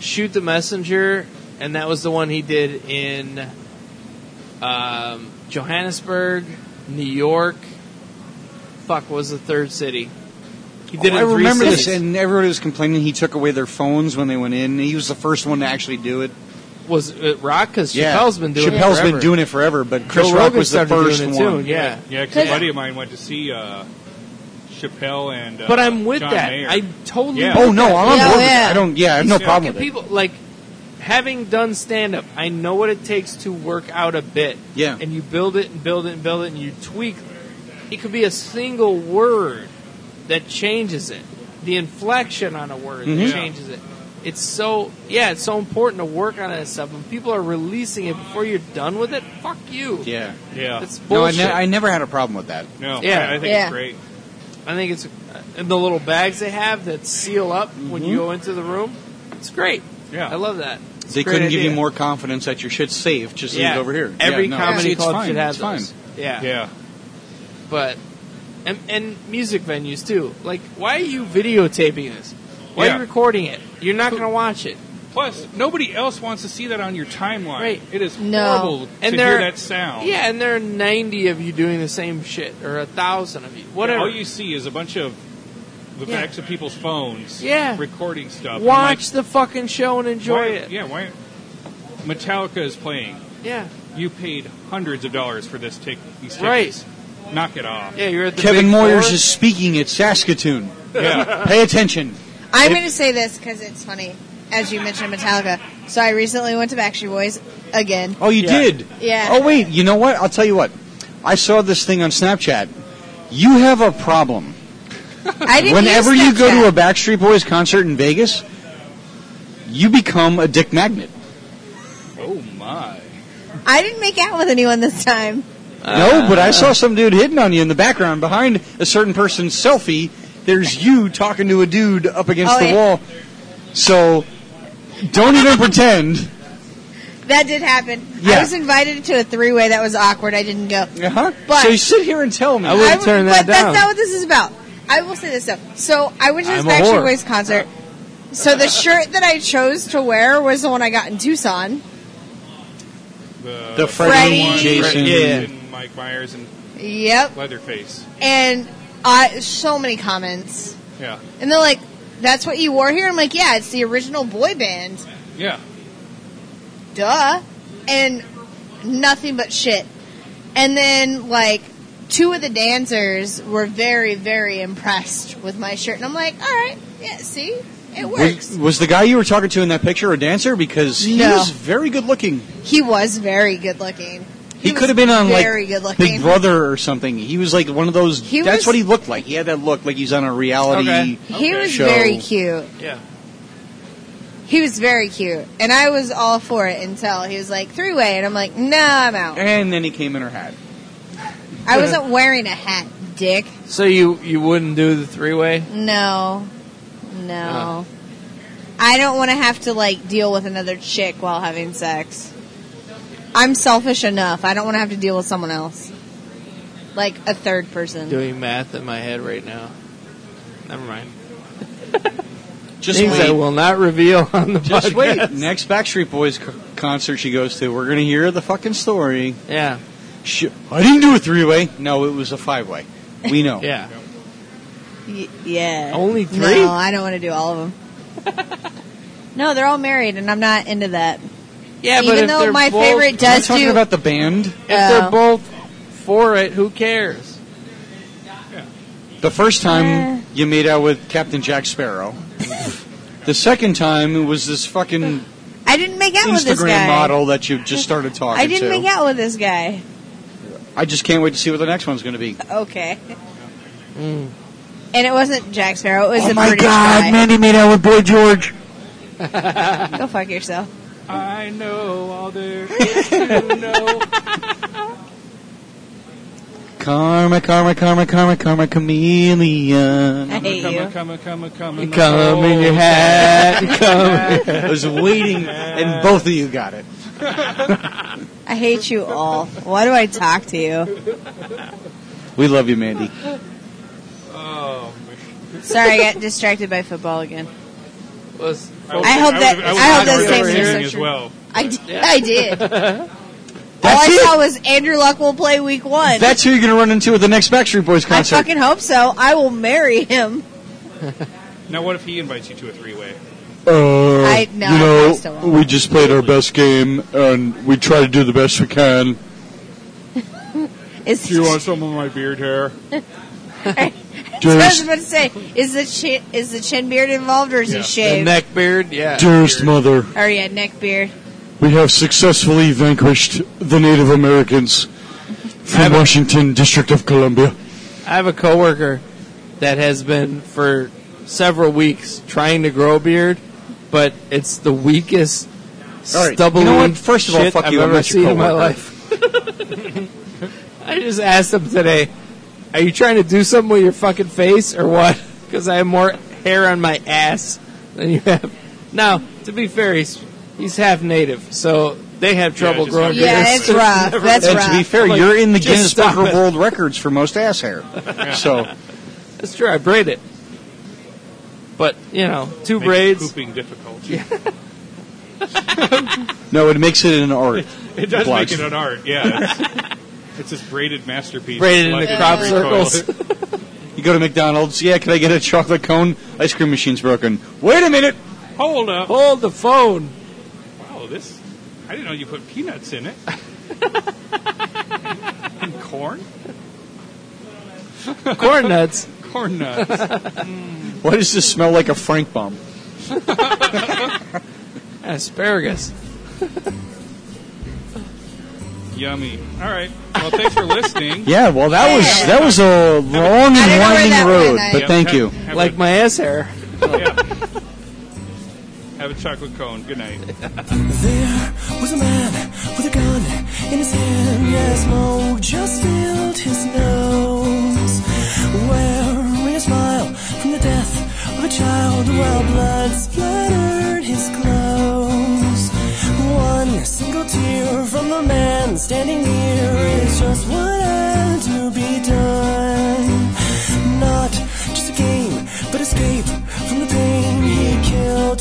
shoot the messenger, and that was the one he did in um, Johannesburg, New York. Fuck, what was the third city? He did it Oh, I in three remember this, cities. and everybody was complaining he took away their phones when they went in. He was the first one to actually do it. was it Rock? Because Yeah. Chappelle's been doing Chappelle's it been forever. doing it forever, but Joe Chris Rock Rogan was the started doing first it too, one. yeah. Yeah, because Cause- a buddy of mine went to see uh, Chappelle and. Uh, But I'm with John that. Mayer. I totally. Yeah. Oh no, I'm on Yeah, board with yeah. it. I don't. Yeah, I have no Yeah. problem Can with it. people like having done stand up, I know what it takes to work out a bit. Yeah. And you build it and build it and build it and you tweak. It could be a single word that changes it. The inflection on a word Mhm. that Yeah. changes it. It's so yeah, it's so important to work on that stuff. When people are releasing it before you're done with it, fuck you. Yeah. yeah. It's No, I, bullshit. ne- I never had a problem with that. no, Yeah. I, I think Yeah. it's great. I think it's and the little bags they have that seal up when you go into the room. It's great. Yeah. I love that. It's a They great couldn't give you idea. more confidence that your shit's safe. Just leave it over here. Every Yeah, no, comedy it's, it's club fine, should have it's those. fine. Yeah. Yeah. but and, and music venues too. Like, why are you videotaping this? Why are Yeah. you recording it? You're not going to watch it. Plus, nobody else wants to see that on your timeline. Right. It is No. horrible to And hear there- that sound. Yeah, and there are 90 of you doing the same shit, or a thousand of you, whatever. All you see is a bunch of the Yeah. backs of people's phones. Yeah. Recording stuff. I'm like, Watch the fucking show and enjoy why- it. Yeah. Why? Metallica is playing. Yeah. You paid hundreds of dollars for this tick. These tickets. Right. Right. Knock it off. Yeah, you're at the Kevin big Moyers four. is speaking at Saskatoon. Yeah. Uh-huh. Pay attention. I'm going to say this because it's funny, as you mentioned Metallica. So I recently went to Backstreet Boys again. Oh, you Yeah. did. Yeah. Oh wait, you know what? I'll tell you what. I saw this thing on Snapchat. You have a problem. I didn't. Whenever use you go to a Snapchat. Backstreet Boys concert in Vegas, you become a dick magnet. oh my. I didn't make out with anyone this time. no, but I saw some dude hitting on you in the background behind a certain person's selfie. There's you talking to a dude up against Oh, the yeah. wall. So don't even pretend. That did happen. Yeah. I was invited to a three-way that was awkward. I didn't go. Uh-huh. But- so you sit here and tell me. I wouldn't would- turn that but down. that's not what this is about. I will say this though. So I went to this I'm a Backstreet whore. Boys concert, So the shirt that I chose to wear was the one I got in Tucson. The, The Freddy, one, Jason. Freddy Yeah. and Mike Myers and Yep. Leatherface. And I so many comments. Yeah, And they're like, that's what you wore here? I'm like, yeah, it's the original boy band. yeah. Duh. And nothing but shit. And then, like, two of the dancers were very, very impressed with my shirt. And I'm like, all right, yeah, see? It works. Was, was the guy you were talking to in that picture a dancer? Because he No. was very good looking. he was very good looking. He, was could have been on very like good looking. Big Brother or something. He was like one of those. He that's was- what he looked like. He had that look like he's on a reality. Okay. He Okay. was Show. very cute. Yeah. He was very cute. And I was all for it until he was like, three way. And I'm like, no, I'm out. And then he came in her hat. I wasn't wearing a hat, dick. So you you wouldn't do the three way? No. No. I don't want to have to like deal with another chick while having sex. I'm selfish enough. I don't want to have to deal with someone else. Like a third person. Doing math in my head right now. Never mind. Just Things I wait. will not reveal on the Just wait. podcast. Next Backstreet Boys co- concert she goes to, we're gonna hear the fucking story. Yeah. She, I didn't do a three way. No, it was a five way. We know. Yeah. Y- yeah. Only three? No, I don't want to do all of them. no, they're all married and I'm not into that. Yeah, Even but if though they're my both, favorite Am I does talking do about the band? if they're Oh. both for it, who cares? The first time you made out with Captain Jack Sparrow. the second time it was this fucking I didn't make out with this Instagram guy. model that you just started talking I didn't to. make out with this guy. I just can't wait to see what the next one's going to be. Okay. And it wasn't Jack Sparrow. It was oh a my British God, guy. Mandy made out with Boy George. Go fuck yourself. I know all there is to know. Karma, karma, karma, karma, karma, chameleon. I hate you. Come, come, come, come, Come in your hat. Come. I was waiting, and both of you got it. I hate you all. Why do I talk to you? We love you, Mandy. Oh, man. Sorry, I got distracted by football again. Was- would- I hope that- would- I would not hope that worry stays about in hearing the as section. well. I did. I did. all I That's it? saw was Andrew Luck will play week one. That's who you're going to run into at the next Backstreet Boys I concert. fucking hope so. I will marry him. Now, what if he invites you to a three-way? Uh, I- no, I you passed it know, along. we just played our best game uh, and we try to do the best we can. Is some of my beard hair? I was Dearest, about to say, is the chin, is the chin beard involved or is Yeah. he the shaved? neck beard. Yeah. dearest mother, or yeah, neck beard. we have successfully vanquished the Native Americans from Have it. Washington, District of Columbia. I have a coworker that has been for several weeks trying to grow a beard, but it's the weakest All right. stubbly You know what? First of all, shit fuck I've you, I'm ever not your seen in my coworker. life. I just asked him today, "Are you trying to do something with your fucking face or what?" Because I have more hair on my ass than you have. Now, to be fair, he's he's half native, so they have trouble just have growing beards. Yeah, it's rough. That's and to be rough. fair, Like, you're in the just Guinness stop Book of it. World Records for most ass hair. So That's true. I braid it, but you know, two Makes braids. Pooping difficult. no, it makes it an art. It does Blocks. make it an art. Yeah. It's, it's this braided masterpiece. braided into Lucky crop three circles. coil. You go to McDonald's. Yeah, can I get a chocolate cone? Ice cream machine's broken. Wait a minute. Hold up. Hold the phone. Wow, this. I didn't know you put peanuts in it. and corn? Corn nuts. Corn nuts. Why does this smell like a Frank bomb? Asparagus. Yummy. All right. Well, thanks for listening. Yeah, well, that was that was a long I don't know and where winding that road, went, I- but Yep, thank have- you. have Like my ass hair. a, yeah. have a chocolate cone. Good night. There was a man with a gun in his hand. Yes, smoke just filled his nose. Wearing a smile from the death of a child, while blood splattered his clothes. One single tear from the man standing near is just what had to be done. Not just a game, but escape from the pain he killed.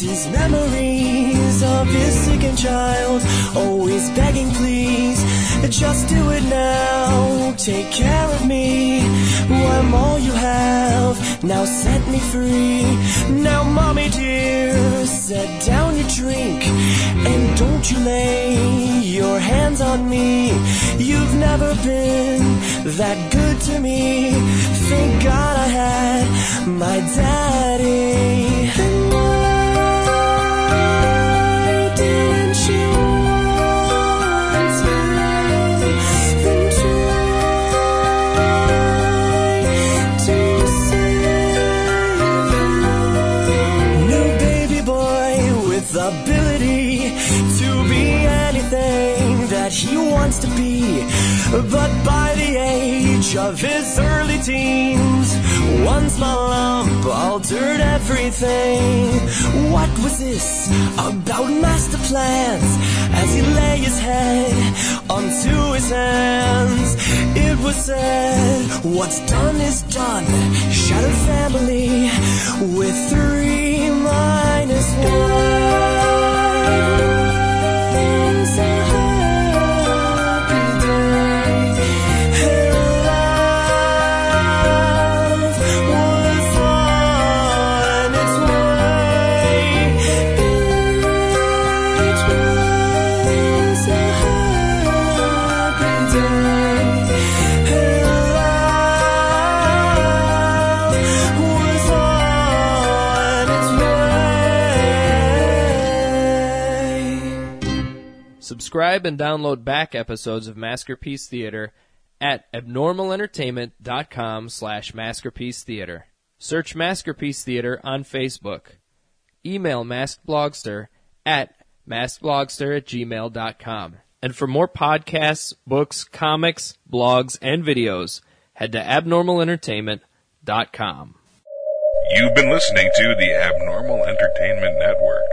these memories of his second child, always begging, please, just do it now. Take care of me, I'm all you have. Now set me free. Now, mommy dear, set down your drink and don't you lay your hands on me. You've never been that good to me. Thank God I had my daddy. And why didn't she want him? Then try to save him. No baby boy with ability to be anything that he wants to be. But by the age of his early teens, one small lump altered everything. What was this about master plans? As he lay his head onto his hands, it was said, What's done is done. Shattered family with three minus one. It's a happy day. Her love was on its way. It was a happy day. Her love was on its way. Subscribe and download back episodes of Masterpiece Theater at abnormalentertainment.com slash masterpiece theater. Search Masterpiece Theater on Facebook. Email maskblogster at maskblogster at gmail.com. And for more podcasts, books, comics, blogs, and videos, head to abnormalentertainment.com. You've been listening to the Abnormal Entertainment Network.